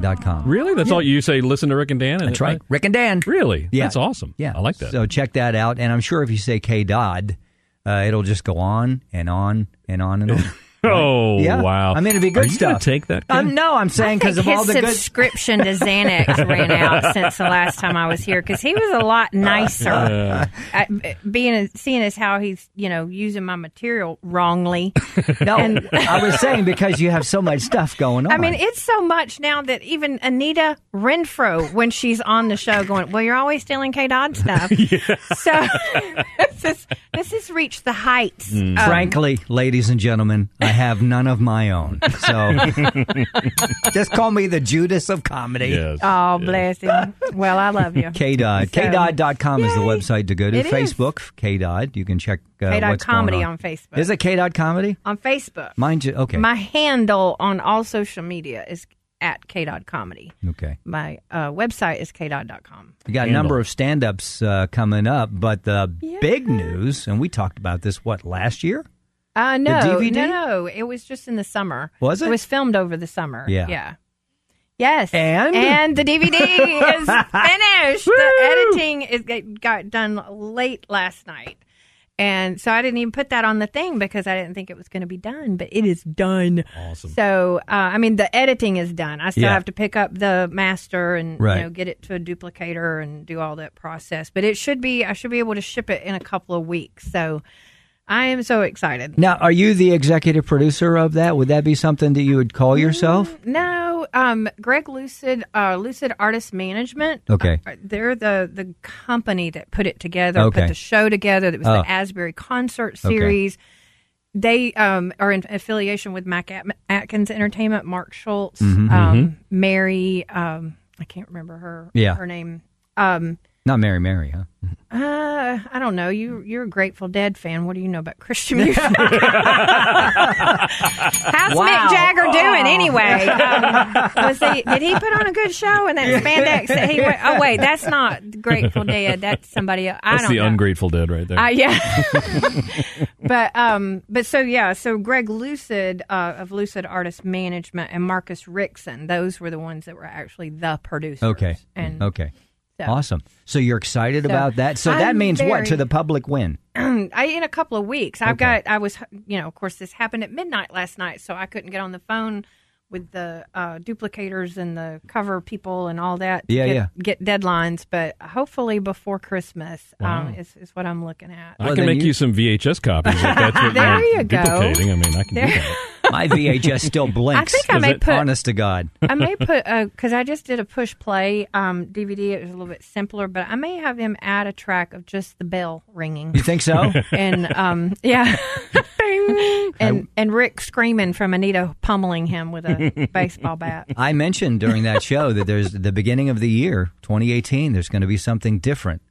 S4: faithtalkatlanta.com.
S5: Really? That's all you say? Listen to Rick and Dan? And
S4: That's right. Rick and Dan.
S5: Really?
S4: Yeah.
S5: That's awesome.
S4: Yeah,
S5: I like that.
S4: So check that out, and I'm sure if you say K Dodd, uh, it'll just go on and on and on and on.
S5: Oh
S4: Yeah.
S5: wow!
S4: I mean, it'd be good
S5: Are you gonna
S4: stuff.
S5: Take that. kid?
S4: Um, no, I'm saying because of
S10: his
S4: all the good.
S10: subscription to Xanax ran out since the last time I was here because he was a
S4: Uh,
S10: lot nicer.
S4: Yeah.
S10: I, being seeing as how he's you know using my material wrongly.
S4: No,
S10: And-
S4: I was saying because you have so much stuff going on.
S10: I mean, it's so much now that even Anita Renfro, when she's on the show, going, "Well, you're always stealing K Dodd stuff." So this is this has reached the heights.
S4: Mm.
S10: of- Oh,
S4: Frankly, ladies and gentlemen, I have none of my own. So just call me the Judas of comedy.
S10: Oh, bless him. Well, I love you.
S4: KDOD.
S10: So-
S4: KDOD.com is the website to go to.
S10: It is.
S4: Facebook, KDOD. You can check uh,
S10: KDOD
S4: what's
S10: comedy
S4: going
S10: on Facebook.
S4: Is it KDOD comedy?
S10: on Facebook.
S4: Mind you, okay.
S10: My handle on all social media is at KDOD Comedy.
S4: okay.
S10: My uh, website is kdod.com.
S4: We got a number of stand ups uh, coming up, but the big news, and we talked about this, what, last year?
S10: Uh, no,
S4: DVD?
S10: no, no. It was just in the summer.
S4: Was it?
S10: It was filmed over the summer.
S4: Yeah.
S10: Yeah. Yes.
S4: And?
S10: And the DVD is finished. the editing is it got done late last night. And so I didn't even put that on the thing because I didn't think it was going to be done, but it is done. Awesome. So, uh, I mean, the editing is done. I still
S11: Yeah.
S10: have to pick up the master and
S11: Right.
S10: you know get it to a duplicator and do all that process. But it should be I should be able to ship it in a couple of weeks. So, I am so excited.
S4: Now, are you the executive producer of that? Would that be something that you would call yourself?
S10: No, um, Greg Lucid, uh, Lucid Artist Management.
S4: Okay.
S10: uh, they're the the company that put it together,
S4: Okay.
S10: put the show together. That was
S4: Oh.
S10: the Asbury concert
S4: Okay.
S10: series. They um, are in affiliation with Mac At- Atkins Entertainment, Mark Schultz,
S4: Mhm.
S10: um,
S4: Mhm.
S10: Mary. Um, I can't remember her.
S4: Yeah.
S10: her name. Um,
S4: Not Mary Mary, huh?
S10: uh, I don't know. You you're a Grateful Dead fan. What do you know about Christian music? How's
S11: Wow.
S10: Mick Jagger
S11: Oh.
S10: doing anyway? Um, was he, did he put on a good show in that spandex? That he went, oh wait, that's not Grateful Dead. That's somebody else. I
S5: That's
S10: don't
S5: the
S10: know.
S5: ungrateful dead right there.
S10: Uh, yeah. but um, but so yeah, so Greg Lucid uh, of Lucid Artist Management and Marcus Rickson, those were the ones that were actually the producers.
S4: Okay.
S10: And
S4: okay.
S10: so-
S4: Awesome. So you're excited
S10: So
S4: about that. So that
S10: I'm
S4: means what
S10: very-
S4: to the public when?
S10: I in a couple of weeks. I've got. I was, you know, of course, this happened at midnight last night, so I couldn't get on the phone with the uh, duplicators and the cover people and all that. to
S4: Yeah,
S10: get,
S4: yeah.
S10: Get deadlines, but hopefully before Christmas um,
S5: Wow.
S10: is is what I'm looking at.
S5: I can make you, some VHS copies. If that's what
S10: There
S5: you're
S10: you go.
S5: duplicating. I mean, I can
S10: There-
S5: do that.
S4: My VHS still blinks.
S10: I think I may put-
S4: honest to God.
S10: I may put because I just did a push play um, DVD. It was a little bit simpler, but I may have them add a track of just the bell ringing.
S4: You think so?
S10: and um, yeah, Bing. and and Rick screaming from Anita pummeling him with a baseball bat.
S4: I mentioned during that show that there's the beginning of the year, 2018, there's going to be something different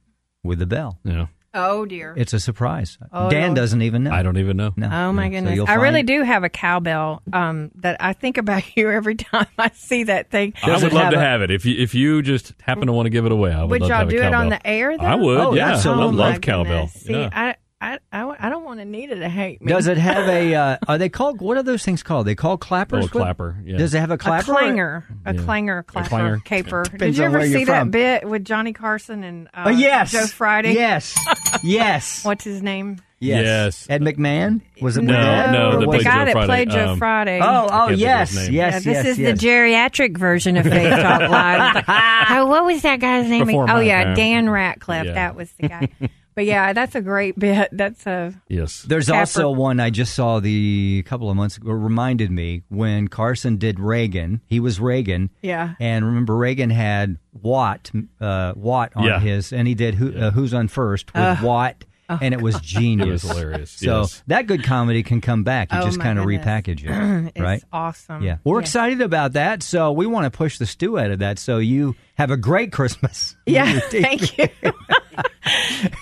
S4: with the bell.
S5: Yeah.
S10: Oh dear.
S4: It's a surprise.
S10: Oh,
S4: Dan
S10: Lord.
S4: doesn't even know. I
S5: don't even know.
S4: No.
S10: Oh my
S4: Yeah. So
S10: goodness!
S4: you'll
S10: I really
S4: find-
S10: do have a cowbell um, that I think about you every time I see that thing.
S5: I would love to have it if you if you just happen to want to give it away. I would.
S10: Would
S5: love to
S10: y'all
S5: have
S10: do
S5: a
S10: it on
S5: cowbell.
S10: the air? Though?
S5: I would.
S4: Oh,
S5: yeah,
S4: absolutely.
S5: I
S4: Oh, my
S5: love cowbell.
S10: See,
S5: Yeah.
S10: I, I, I, I don't want Anita to hate me.
S4: Does it have a? Uh, are they called? What are those things called? They call clappers.
S5: Oh, a clapper, yeah.
S4: Does it have a clapper?
S10: A clanger, a
S4: Yeah.
S10: clanger, a clapper,
S4: clanger.
S10: caper. Did
S4: Depends
S10: you
S4: on
S10: ever
S4: where you're
S10: see that
S4: from.
S10: bit with Johnny Carson and uh,
S4: Oh, yes.
S10: Joe Friday?
S4: Yes. Yes.
S10: What's his name?
S4: Yes.
S5: Yes.
S4: Ed McMahon was it?
S5: No,
S4: McMahon?
S5: no,
S4: Or
S5: the
S4: was
S5: Blake
S4: it-
S10: guy
S5: Joe
S10: that
S5: Friday.
S10: played Joe
S5: Um,
S10: Friday.
S4: Oh, oh
S5: think of his
S4: yes,
S5: name.
S10: Yeah,
S4: yes,
S10: this
S4: yes,
S10: is
S4: yes.
S10: the geriatric version of Faith Talk Live. oh, what was that guy's name?
S5: Before
S10: oh
S5: my
S10: yeah,
S5: time.
S10: Dan Ratcliffe.
S4: Yeah.
S10: That was the guy. but yeah, that's a great bit. That's a
S5: Yes.
S4: There's
S10: Capper.
S4: also one I just saw the a couple of months ago. Reminded me when Carson did Reagan. He was Reagan.
S10: Yeah.
S4: And remember, Reagan had Watt, uh, Watt on
S5: Yeah.
S4: his, and he did who, uh, Who's on First with
S10: Ugh.
S4: Watt,
S10: Oh,
S4: and it was genius.
S5: It was hilarious,
S4: So
S5: yes.
S4: that good comedy can come back. You
S10: Oh,
S4: just
S10: my
S4: kind of
S10: goodness.
S4: repackage it,
S10: It's
S4: right?
S10: awesome.
S4: Yeah, we're
S10: Yeah.
S4: excited about that. So we want to push the stew out of that. So you have a great Christmas.
S10: yeah. Thank you.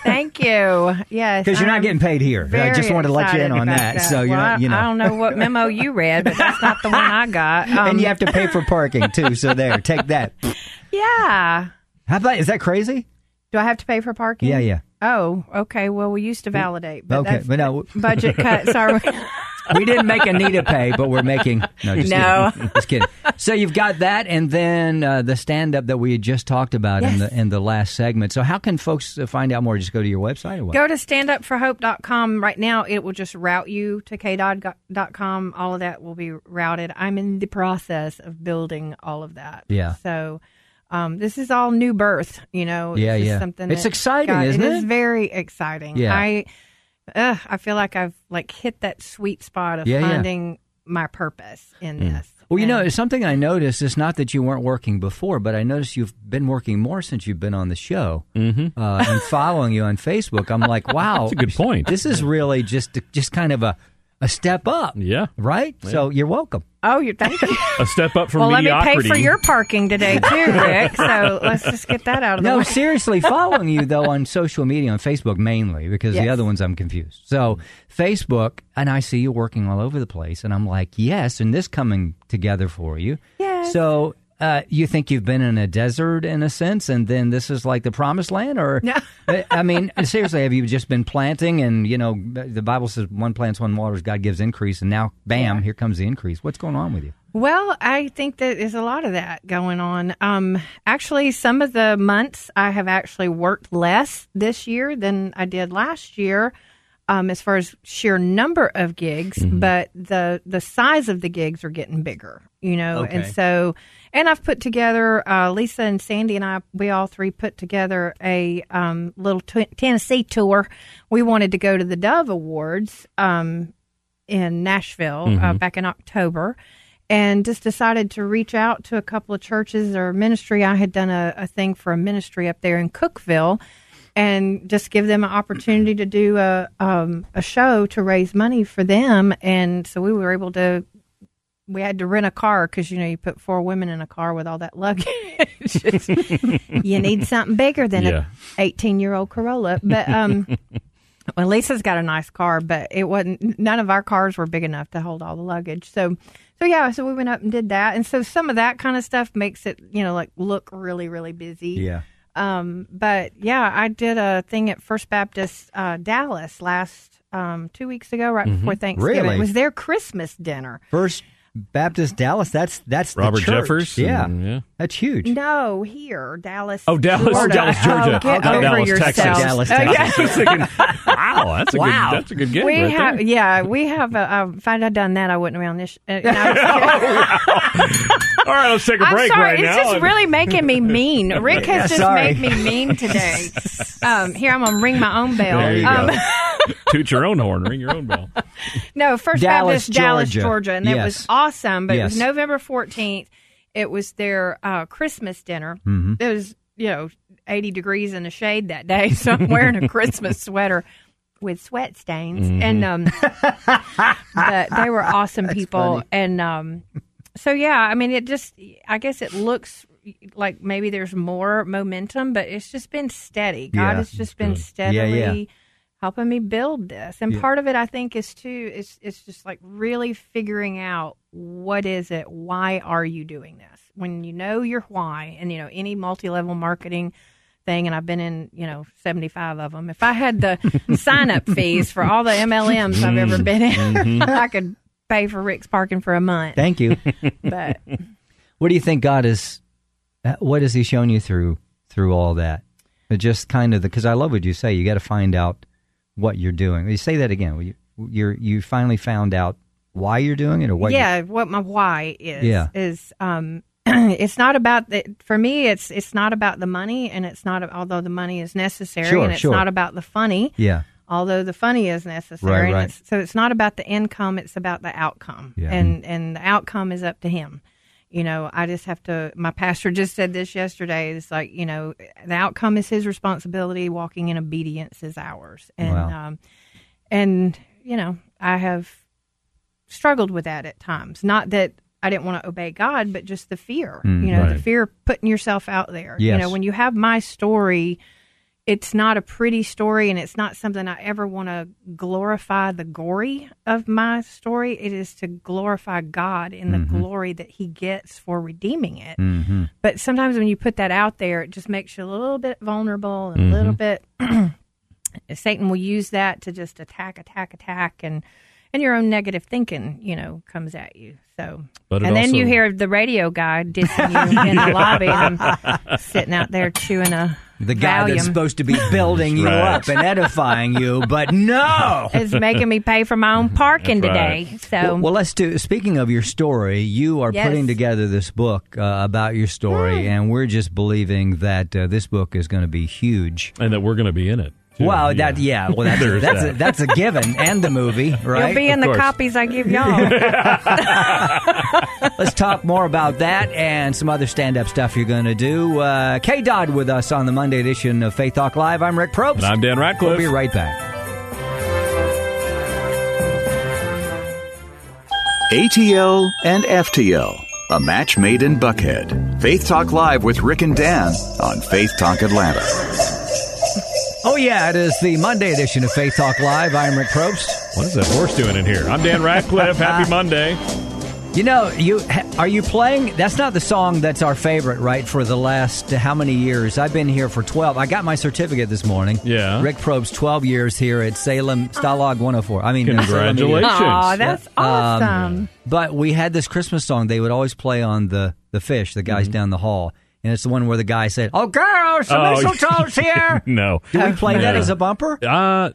S10: Thank you. Yes,
S4: Because you're not
S10: I'm
S4: getting paid here. I
S10: very
S4: just wanted to let you in
S10: excited
S4: on
S10: about
S4: that. So you're
S10: Well,
S4: not, you know.
S10: I don't know what memo you read, but that's not the one I got. Um,
S4: and you have to pay for parking too. So there, take that.
S10: yeah.
S4: How about is that crazy?
S10: Do I have to pay for parking?
S4: Yeah, yeah.
S10: Oh, okay. Well, we used to validate, but
S4: okay,
S10: that's
S4: but no,
S10: budget cuts are.
S4: we didn't make Anita pay, but we're making no. Just
S10: No.
S4: kidding. just kidding. So you've got that, and then uh, the stand up that we had just talked about in
S10: Yes.
S4: the in the last segment. So how can folks uh, find out more? Just go to your website. Or what?
S10: Go to standupforhope.com right now. It will just route you to kdod.com. All of that will be routed. I'm in the process of building all of that.
S4: Yeah.
S10: So um, this is all new birth, you know.
S4: Yeah,
S10: just
S4: yeah.
S10: Something
S4: It's
S10: that-
S4: exciting,
S10: God,
S4: isn't
S10: It is
S4: it?
S10: very exciting.
S4: Yeah.
S10: I ugh, I feel like I've like hit that sweet spot of
S4: Yeah, yeah.
S10: finding my purpose in this.
S4: Well, you know, something I noticed is not that you weren't working before, but I noticed you've been working more since you've been on the show mm-hmm. uh, and following you on Facebook. I'm like, wow,
S5: That's a good point.
S4: This is really just just kind of a a step up.
S5: Yeah.
S4: Right. So you're welcome.
S10: Oh, you're thank you.
S5: A step up from
S10: well,
S5: mediocrity.
S10: let me pay for your parking today too, Rick. So let's just get that out of the
S4: No,
S10: way.
S4: seriously, following you though on social media on Facebook mainly because the
S10: Yes. Mm-hmm.
S4: other ones I'm confused. So Facebook, and I see you working all over the place, and I'm like, yes, and this coming together for you.
S10: Yes.
S4: So. Uh, you think you've been in a desert in a sense, and then this is like the promised land, or I- I mean, seriously, have you just been planting? And you know, the Bible says one plants, one waters, God gives increase, and now, bam, here comes the increase. What's going on with you?
S10: Well, I think that there's a lot of that going on. Um, actually, some of the months I have actually worked less this year than I did last year, um, as far as sheer number of gigs. But the the size of the gigs are getting bigger, you know. And
S11: Okay.
S10: so, and I've put together uh, Lisa and Sandy and I. We all three put together a um, little t- Tennessee tour. We wanted to go to the Dove Awards. Um, in Nashville uh,
S11: Mhm.
S10: back in October and just decided to reach out to a couple of churches or ministry. I had done a, a thing for a ministry up there in Cookville and just give them an opportunity to do a, um, a show to raise money for them. And so we were able to, we had to rent a car because, you know, you put four women in a car with all that luggage. It's just- you need something bigger than
S11: Yeah.
S10: a 18 year old Corolla. But, um, well, Lisa's got a nice car, but it wasn't. None of our cars were big enough to hold all the luggage. So, so yeah. So we went up and did that, and so some of that kind of stuff makes it, you know, like look really, really busy.
S11: Yeah.
S10: Um. But yeah, I did a thing at First Baptist uh, Dallas last um two weeks ago,
S5: Mm-hmm.
S10: right before
S4: Mhm.
S10: Thanksgiving.
S4: Really?
S10: It was their Christmas dinner.
S4: First Baptist Dallas. That's that's
S5: Robert
S4: the church.
S5: Jeffers?
S4: Yeah.
S5: Mm, yeah,
S4: that's huge.
S10: No, here, Dallas.
S5: Oh, Dallas,
S10: Florida.
S5: Dallas, Georgia,
S10: Oh, get
S5: not
S10: over
S5: Dallas,
S10: yourself.
S5: Texas. Dallas,
S10: Oh, yeah.
S5: Texas. I was thinking, wow, that's a
S10: Wow.
S5: good, that's a good game
S10: we
S5: right
S10: have,
S5: there.
S10: yeah, we have. A, um, if I'd have done that, I wouldn't have been on this. sh- Uh, no,
S5: All right, let's take a
S10: I'm
S5: break
S10: sorry,
S5: right
S10: it's
S5: now.
S10: just
S5: And-
S10: really making me mean. Rick
S5: Yeah,
S10: has just
S5: sorry.
S10: made me mean today. Um, here, I'm gonna ring my own bell.
S5: There you
S10: um,
S5: go. Toot your own horn, ring your own bell.
S10: No, First
S5: Dallas,
S10: Baptist, Dallas,
S5: Georgia.
S10: Georgia, and that
S5: Yes.
S10: was awesome. But it was
S5: Yes.
S10: November 14th. It was their uh, Christmas dinner.
S5: Mm-hmm.
S11: Mhm.
S10: It was you know 80 degrees in the shade that day, so I'm wearing a Christmas sweater with sweat stains,
S11: Mhm.
S10: and
S5: Mm-hmm.
S10: um, but they were awesome people,
S11: funny.
S10: and um, so yeah, I mean, it just I guess it looks like maybe there's more momentum, but it's just been steady. God
S11: Yeah,
S10: has
S11: that's
S10: just been
S11: good. Yeah, yeah.
S10: steadily helping me build this. And
S11: Yeah.
S10: part of it, I think, is too, it's, it's just like really figuring out what is it? Why are you doing this? When you know your why, and you know, any multi level marketing thing, and I've been in, you know, 75 of them. If I had the sign up fees for all the MLMs I've ever been in,
S4: Mhm.
S10: I could pay for Rick's parking for a month.
S4: Thank you.
S10: But
S4: What do you think God is? uh, What has He shown you through through all that? It just kind of because I love what you say. You got to find out what you're doing. You say that again. You you're, you finally found out why you're doing it or what.
S10: yeah what my why is
S4: Yeah.
S10: is um it's not about the for me it's it's not about the money and it's not although the money is necessary
S4: Sure,
S10: and it's
S4: sure.
S10: not about the funny
S4: You, yeah.
S10: although the funny is necessary
S4: Right,
S10: and
S4: right.
S10: It's, so it's not about the income it's about the outcome
S4: Yeah.
S10: and and the outcome is up to him you know i just have to my pastor just said this yesterday it's like you know the outcome is his responsibility walking in obedience is ours and
S11: Wow.
S10: um and you know i have struggled with that at times not that i didn't want to obey god but just the fear
S11: Mm,
S4: Hmm,
S10: you know the
S11: right.
S10: fear of putting yourself out there you
S11: Yes.
S10: know when you have my story it's not a pretty story and it's not something I ever want to glorify the gory of my story. It is to glorify God in the
S5: Mm-hmm.
S11: Mhm.
S10: glory that He gets for redeeming it.
S11: Mm-hmm.
S10: But sometimes when you put that out there, it just makes you a little bit vulnerable and
S5: Mm-hmm.
S10: a little bit. Satan will use that to just attack, attack, attack, and and your own negative thinking, you know, comes at you. So,
S5: But it
S10: and then you
S5: also-
S10: hear the radio guy dissing you in the lobby, and I'm sitting out there chewing a
S4: The guy
S10: Valium.
S4: that's supposed to be building you
S10: Right.
S4: up and edifying you, but no,
S10: is making me pay for my own parking today. So,
S4: well, well, let's do. Speaking of your story, you are
S10: Oh. Yes. Hmm.
S4: putting together this book uh, about your story, and we're just believing that uh, this book is going to be huge,
S5: and that we're going to be in it.
S4: Well, that yeah, well that's
S5: There's
S4: that's A,
S5: that.
S4: that's a given, and the movie, right?
S10: you'll be in the copies I give y'all.
S4: Let's talk more about that and some other stand-up stuff you're going to do. Uh, K Dodd with us on the Monday edition of Faith Talk Live. I'm Rick Probst,
S5: And I'm Dan Ratcliffe.
S4: We'll be right back.
S3: ATL and FTL, a match made in Buckhead. Faith Talk Live with Rick and Dan on Faith Talk Atlanta.
S4: Oh yeah, it is the Monday edition of Faith Talk Live. I'm Rick Probst.
S5: What is that horse doing in here? I'm Dan Ratcliffe. Happy Monday.
S4: You know, you ha- are you playing? That's not the song that's our favorite, right? For the last uh, how many years? I've been here for twelve. I got my certificate this morning. Yeah, Rick Probst, twelve years here at Salem Stalag 104. I mean, uh, Salem Media.
S10: Congratulations. Aw, that's
S4: Yeah. Um,
S10: awesome.
S4: but we had this Christmas song they would always play on the the fish, the
S5: Mm-hmm.
S4: guys down the hall, and it's the one where the guy said, "Oh, girls, the
S5: Oh,
S4: mistletoe's here."
S5: no.
S4: Do we play that
S5: No.
S4: as a bumper?
S5: Uh,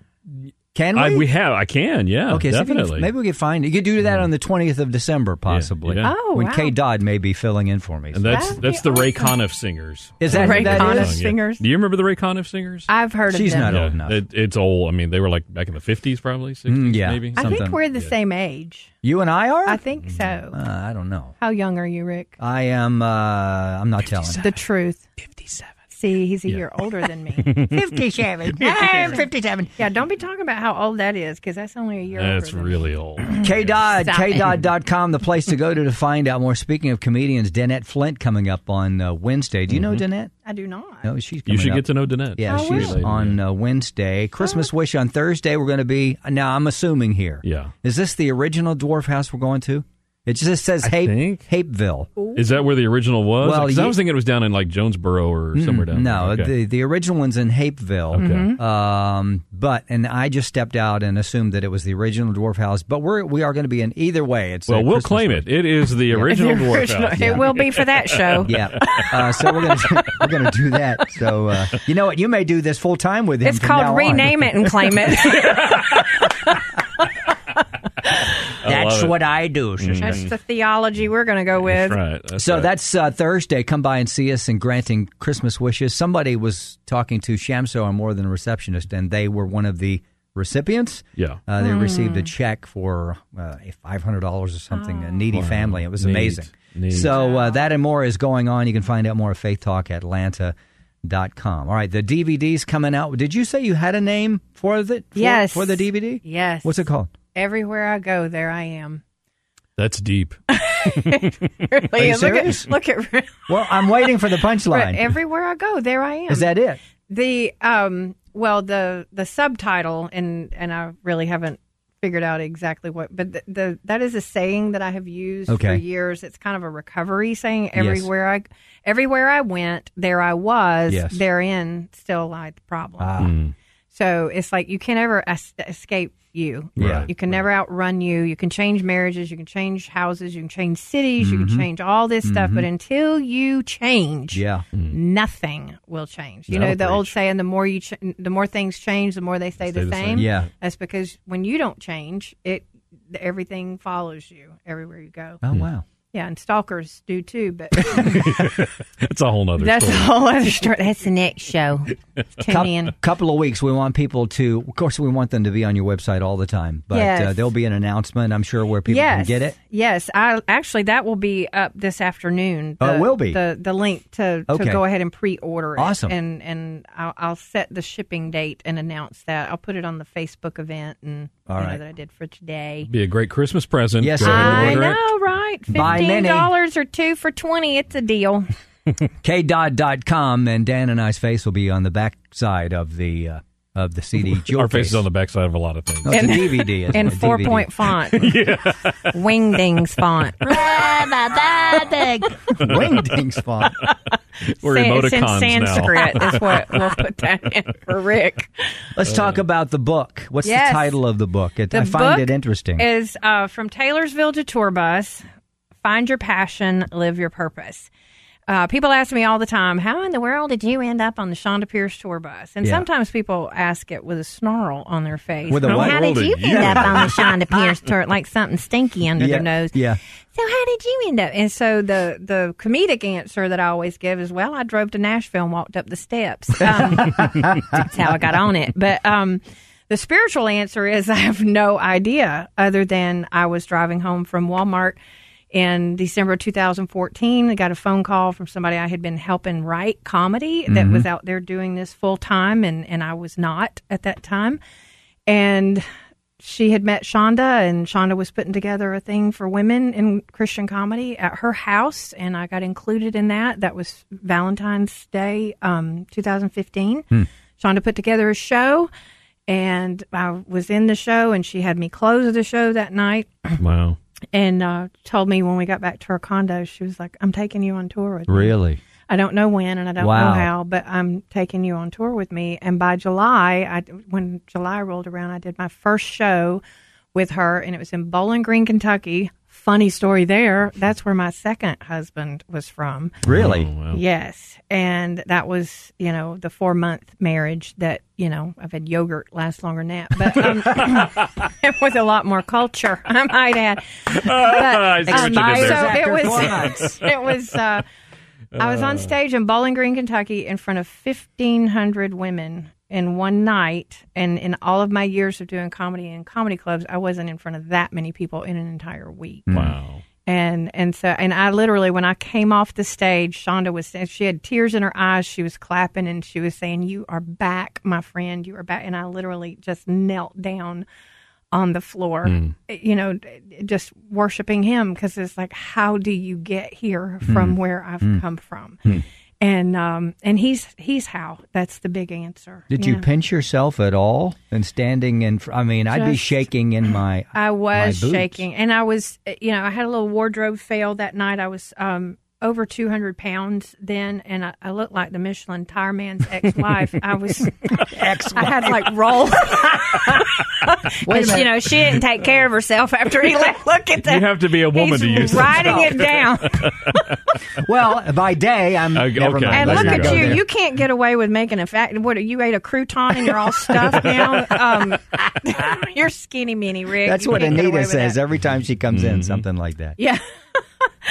S4: can we?
S5: I, we have. I can. Yeah.
S4: Okay, so if you
S5: Definitely.
S4: can- maybe we could find you could do that on the twentieth of December, possibly.
S5: yeah. Oh,
S4: when
S5: wow.
S4: K Dodd may be filling in for me.
S5: and that's that's the Ray Conniff singers. Oh,
S4: Is that who Ray that Conniff is? singers?
S5: Do you remember the Ray Conniff singers?
S10: I've heard of them.
S5: Yeah, it- it's old. I mean, they were like back in the fifties, probably sixties,
S4: Mm, yeah.
S5: maybe.
S10: I think we're the same age.
S4: You and I are.
S10: I think so.
S4: Uh, I don't know.
S10: How young are you, Rick?
S4: I am. Uh, I'm not telling.
S10: The truth. Fifty-seven. See, he's a year older than me. Fifty-seven. I'm fifty-seven. Yeah, don't be talking about how old that is, because that's only a year.
S5: That's
S10: older
S5: really old.
S4: K Dodd,
S10: Stop it.
S4: KDodd.com, the place to go to to find out more. Speaking of comedians, Danette Flint coming up on uh, Wednesday. Do you know Danette?
S10: I do not.
S4: No, she's.
S5: Mm-hmm. You
S4: coming
S5: should
S4: up.
S5: get to know Danette.
S4: Yeah,
S5: I
S4: she's
S5: will.
S4: on uh, Wednesday. Christmas wish on Thursday. We're going to be now. I'm assuming here.
S5: Yeah.
S4: Is this the original dwarf house we're going to? It just says Hape, Hapeville.
S5: Is that where the original was?
S4: Well,
S5: 'Cause I
S4: you-
S5: was thinking it was down in like Jonesboro or somewhere
S4: Mm,
S5: down
S4: No,
S5: there. Okay.
S4: the the original one's in Hapeville.
S10: Mm-hmm.
S5: Okay.
S4: Um, but and I just stepped out and assumed that it was the original dwarf house. But we're we are going to be in either way. It's
S5: well,
S4: a
S5: we'll
S4: Christmas
S5: claim
S4: wish.
S5: it. It is the original Dwarf House.
S10: It will be for that show.
S4: Yeah. Uh, so we're gonna we're gonna do that. So uh, you know what? You may do this full time with him.
S10: It's
S4: from now
S10: called
S4: on.
S10: rename it and claim it.
S4: That's
S5: love it. Mm-hmm.
S4: what I do. sister.
S10: That's the theology we're going to go with.
S4: so that's uh, Thursday. Come by and see us in granting Christmas wishes. Somebody was talking to Shamso on More Than a Receptionist, and they were one of the recipients.
S5: Yeah.
S4: Uh, they
S5: Hmm.
S4: received a check for uh, $500 or something, a needy
S5: Wow.
S4: family. It was
S5: Neat.
S4: amazing.
S5: Neat.
S4: So uh, that and more is going on. You can find out more at faithtalkatlanta.com. All right, the DVD's coming out. Did you say you had a name for the for,
S10: Yes.
S4: for the DVD?
S10: Yes.
S4: What's it called?
S10: Everywhere I go, there I am.
S5: That's deep.
S4: Are you
S10: look
S4: serious?
S10: at look at
S4: Well, I'm waiting for the punchline.
S10: everywhere I go, there I am.
S4: Is that it?
S10: The um well the the subtitle and and I really haven't figured out exactly what but the, the that is a saying that I have used for
S11: Okay.
S10: years. It's kind of a recovery saying
S11: Yes.
S10: everywhere I everywhere I went, there I was,
S11: Yes.
S10: therein still lied the problem.
S11: Ah. Mm.
S10: So it's like you can never es- escape you.
S11: Yeah.
S10: You can never outrun you. You can change marriages, you can change houses, you can change cities, you
S11: Mhm.
S10: can change all this stuff,
S11: Mhm.
S10: but until you change,
S4: Yeah.
S5: Hmm.
S10: nothing will change. You know
S11: That'll
S10: the old saying: the more you, ch- the more things change, the more they stay, the,
S11: the
S10: same.
S11: same. Yeah.
S10: that's because when you don't change, it everything follows you everywhere you go.
S4: Oh,
S5: Hmm.
S4: wow.
S10: Yeah, and stalkers do too, but
S5: that's a whole nother
S10: that's a
S5: story.
S10: whole other story. That's the next show. Tune
S4: Cou-
S10: in.
S4: couple of weeks. We want people to, of course, we want them to be on your website all the time. But uh,
S10: Yes.
S4: there'll be an announcement, I'm sure, where people
S10: yes,
S4: can get it.
S10: Yes, I actually that will be up this afternoon.
S4: Oh, it
S10: The-
S4: will be.
S10: the the link to, to
S4: Okay.
S10: go ahead and pre-order it.
S4: Awesome.
S10: and and I'll, I'll set the shipping date and announce that. I'll put it on the Facebook event and
S5: All
S10: you know,
S5: right.
S10: that I did for today.
S5: Be a great Christmas present.
S4: Yes,
S5: Go ahead and
S10: I
S5: order it.
S10: know, right?
S4: Buy
S10: Fifteen
S4: many.
S10: dollars or two for twenty. It's a deal.
S4: KDodd.com, and Dan and I's face will be on the back side of the uh, of the CD. Your
S5: Our face is on the backside of a lot of things.
S4: No, it's a DVD. isn't
S10: in
S4: it?
S10: four
S4: DVD.
S10: point font. Wingdings font.
S7: Big.
S4: Wingdings font.
S5: We're
S10: Sa-
S5: emoticons
S10: it's in
S5: now.
S10: Sanskrit is what we'll put that in for Rick.
S4: Let's talk about the book. What's
S10: Yes.
S4: the title of the book? It,
S10: The
S4: I find
S10: book
S4: it interesting.
S10: Is uh, from Taylorsville to Tour Bus. Find your passion, live your purpose. Uh, people ask me all the time, "How in the world did you end up on the Shonda Pierce tour bus?" And
S4: Yeah.
S10: sometimes people ask it with a snarl on their face.
S4: With a
S10: "Well,
S4: what?
S10: How
S4: How
S10: did
S4: old
S10: you
S4: are you?"
S10: end up on the Shonda Pierce tour? Like something stinky under
S4: yeah,
S10: their nose.
S4: Yeah.
S10: So how did you end up? And so the the comedic answer that I always give is, well, I drove to Nashville and walked up the steps. Um, that's how I got on it. But um, the spiritual answer is, I have no idea, other than I was driving home from Walmart in December 2014. I got a phone call from somebody I had been helping write comedy that
S4: Mm-hmm.
S11: Mhm.
S10: was out there doing this full time, and and I was not at that time and she had met Shonda, and Shonda was putting together a thing for women in Christian comedy at her house, and I got included in that. That was Valentine's Day, um, 2015.
S11: Hmm.
S10: Shonda put together a show, and I was in the show, and she had me close the show that night,
S5: Wow.
S10: and uh, told me when we got back to her condo, she was like, "I'm taking you on tour with me."
S4: Really?
S10: I don't know when and I don't
S4: Wow.
S10: know how, but I'm taking you on tour with me. And by July, I when July rolled around, I did my first show with her, and it was in Bowling Green, Kentucky. Funny story there. That's where my second husband was from.
S4: Really?
S5: Oh,
S10: Yes, and that was you know the four month marriage that you know I've had yogurt last longer than that, but um, it was a lot more culture. I might add. But,
S5: Ah,
S11: I see what you did there.
S10: Um, so it
S11: After four
S10: was
S11: months.
S10: it was. Uh, I was on
S11: Uh.
S10: stage in Bowling Green, Kentucky, in front of fifteen hundred women in one night, and in all of my years of doing comedy in comedy clubs, I wasn't in front of that many people in an entire week
S5: Wow.
S10: and and so and I literally when I came off the stage, Shonda was saying- she had tears in her eyes, she was clapping and she was saying, "You are back, my friend, you are back." And I literally just knelt down on the floor,
S4: Hmm.
S11: Mm.
S10: you know, d- just worshiping him because it's like, how do you get here from
S11: Mm.
S10: where I've
S11: Mm.
S10: come from?
S4: Hmm.
S10: And um and he's he's how that's the big answer.
S4: Did you
S10: know?
S4: pinch yourself at all? And standing in, fr- I mean, I'd be
S10: Just-
S4: shaking in my.
S10: I was
S4: my boots.
S10: shaking, and I was, you know, I had a little wardrobe fail that night. I was um, over two hundred pounds then, and I, I looked like the Michelin Tire Man's ex-wife. I was, I had like roll. Because you know she didn't take care of herself after he left. Look at that.
S5: You have to be a woman
S10: He's
S5: to use
S10: writing it down.
S4: well, by day, I'm. never mind.
S5: okay,
S10: And
S4: Let's
S10: look
S4: not
S10: at
S4: go
S10: you.
S4: there.
S10: You can't get away with making a fact. What you ate a crouton and you're all stuffed now? Um, you're skinny, mini Rick.
S4: That's
S10: You
S4: what
S10: can't get
S4: Anita
S10: away with that.
S4: says every time she comes
S5: Mm-hmm.
S4: in, something like that.
S10: Yeah.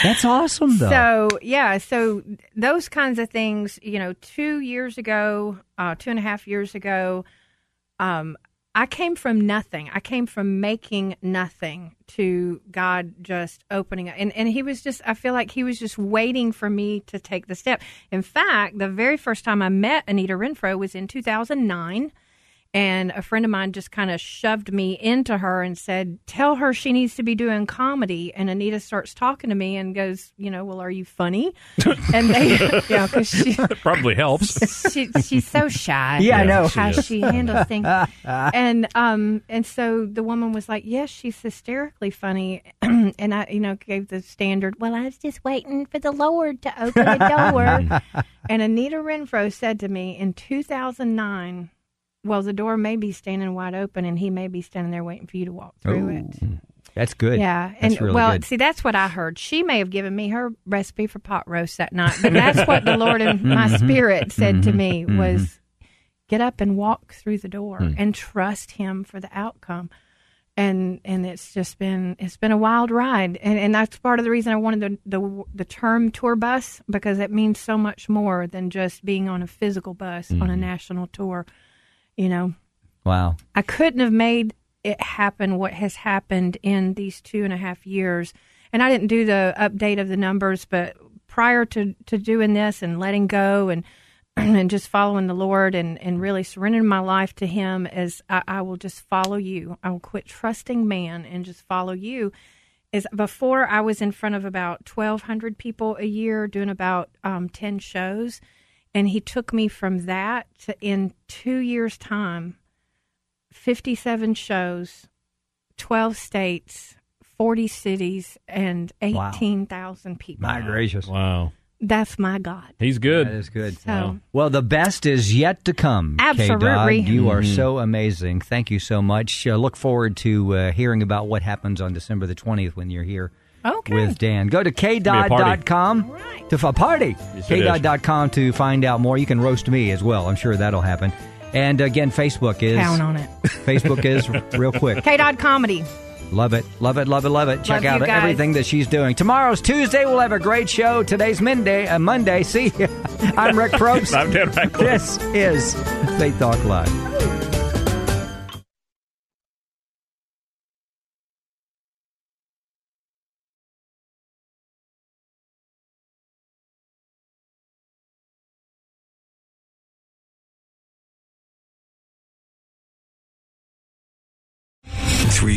S4: That's awesome, though.
S10: So yeah, so those kinds of things. You know, two years ago, uh, two and a half years ago, um, I came from nothing. I came from making nothing to God just opening up, and and He was just. I feel like He was just waiting for me to take the step. In fact, the very first time I met Anita Renfro was in two thousand nine. And a friend of mine just kind of shoved me into her and said, Tell her she needs to be doing comedy. And Anita starts talking to me and goes, You know, well, are you funny? and they, yeah, because she,
S5: Probably helps.
S10: she, she's so shy.
S5: Yeah, I know.
S10: How
S5: She
S10: she,
S5: is.
S10: handles things. and um, and so the woman was like, "Yes, she's hysterically funny," and I, you know, gave the standard. Well, I was just waiting for the Lord to open the door. and Anita Renfro said to me in 2009, "Well, the door may be standing wide open, and he may be standing there waiting for you to walk through it."
S4: Ooh, That's good.
S10: Yeah,
S4: That's
S10: and
S4: really
S10: well,
S4: good.
S10: see, that's what I heard. She may have given me her recipe for pot roast that night, but that's what the Lord
S4: Mm-hmm.
S10: in my
S11: Mhm.
S10: spirit said to
S11: Mhm.
S10: me was,
S11: Mhm.
S10: "Get up and walk through the door
S11: Mm.
S10: and trust Him for the outcome." And and it's just been it's been a wild ride, and and that's part of the reason I wanted the the, the term tour bus because it means so much more than just being on a physical bus on a
S4: Mhm.
S10: national tour, you know.
S4: Wow.
S10: I couldn't have made it happen what has happened in these two and a half years. And I didn't do the update of the numbers, but prior to, to doing this and letting go and and just following the Lord and, and really surrendering my life to Him as I, I will just follow you. I will quit trusting man and just follow you. Is before I was in front of about twelve hundred people a year doing about um, ten shows, and He took me from that to in two years' time 57 shows, 12 states, 40 cities, and
S4: Wow.
S10: 18,000 people.
S4: My
S10: Uh,
S4: gracious.
S5: Wow.
S10: That's my God.
S5: He's good.
S4: That is good.
S10: So- Wow.
S4: Well, the best is yet to come. Kay
S10: Absolutely.
S4: Dodd. You are
S10: Mhm.
S4: so amazing. Thank you so much. Uh, look forward to uh, hearing about what happens on December the 20th when you're here
S10: Okay.
S4: with Dan. Go to
S10: party.
S4: kdod.com to f- a party.
S10: Yes, it is.
S4: kdod.com to find out more. You can roast me as well. I'm sure that'll happen. And again, Facebook is.
S10: Count on it.
S4: Facebook is real quick.
S10: K Dodd Comedy.
S4: Love it. Love it. Love it. Love it. Check
S10: Love
S4: out
S10: you guys.
S4: everything that she's doing. Tomorrow's Tuesday. We'll have a great show. Today's Monday. Uh, Monday. See ya. I'm Rick Probst.
S5: I'm Dan Ratcliffe.
S4: This is Faith Talk Live.
S1: Three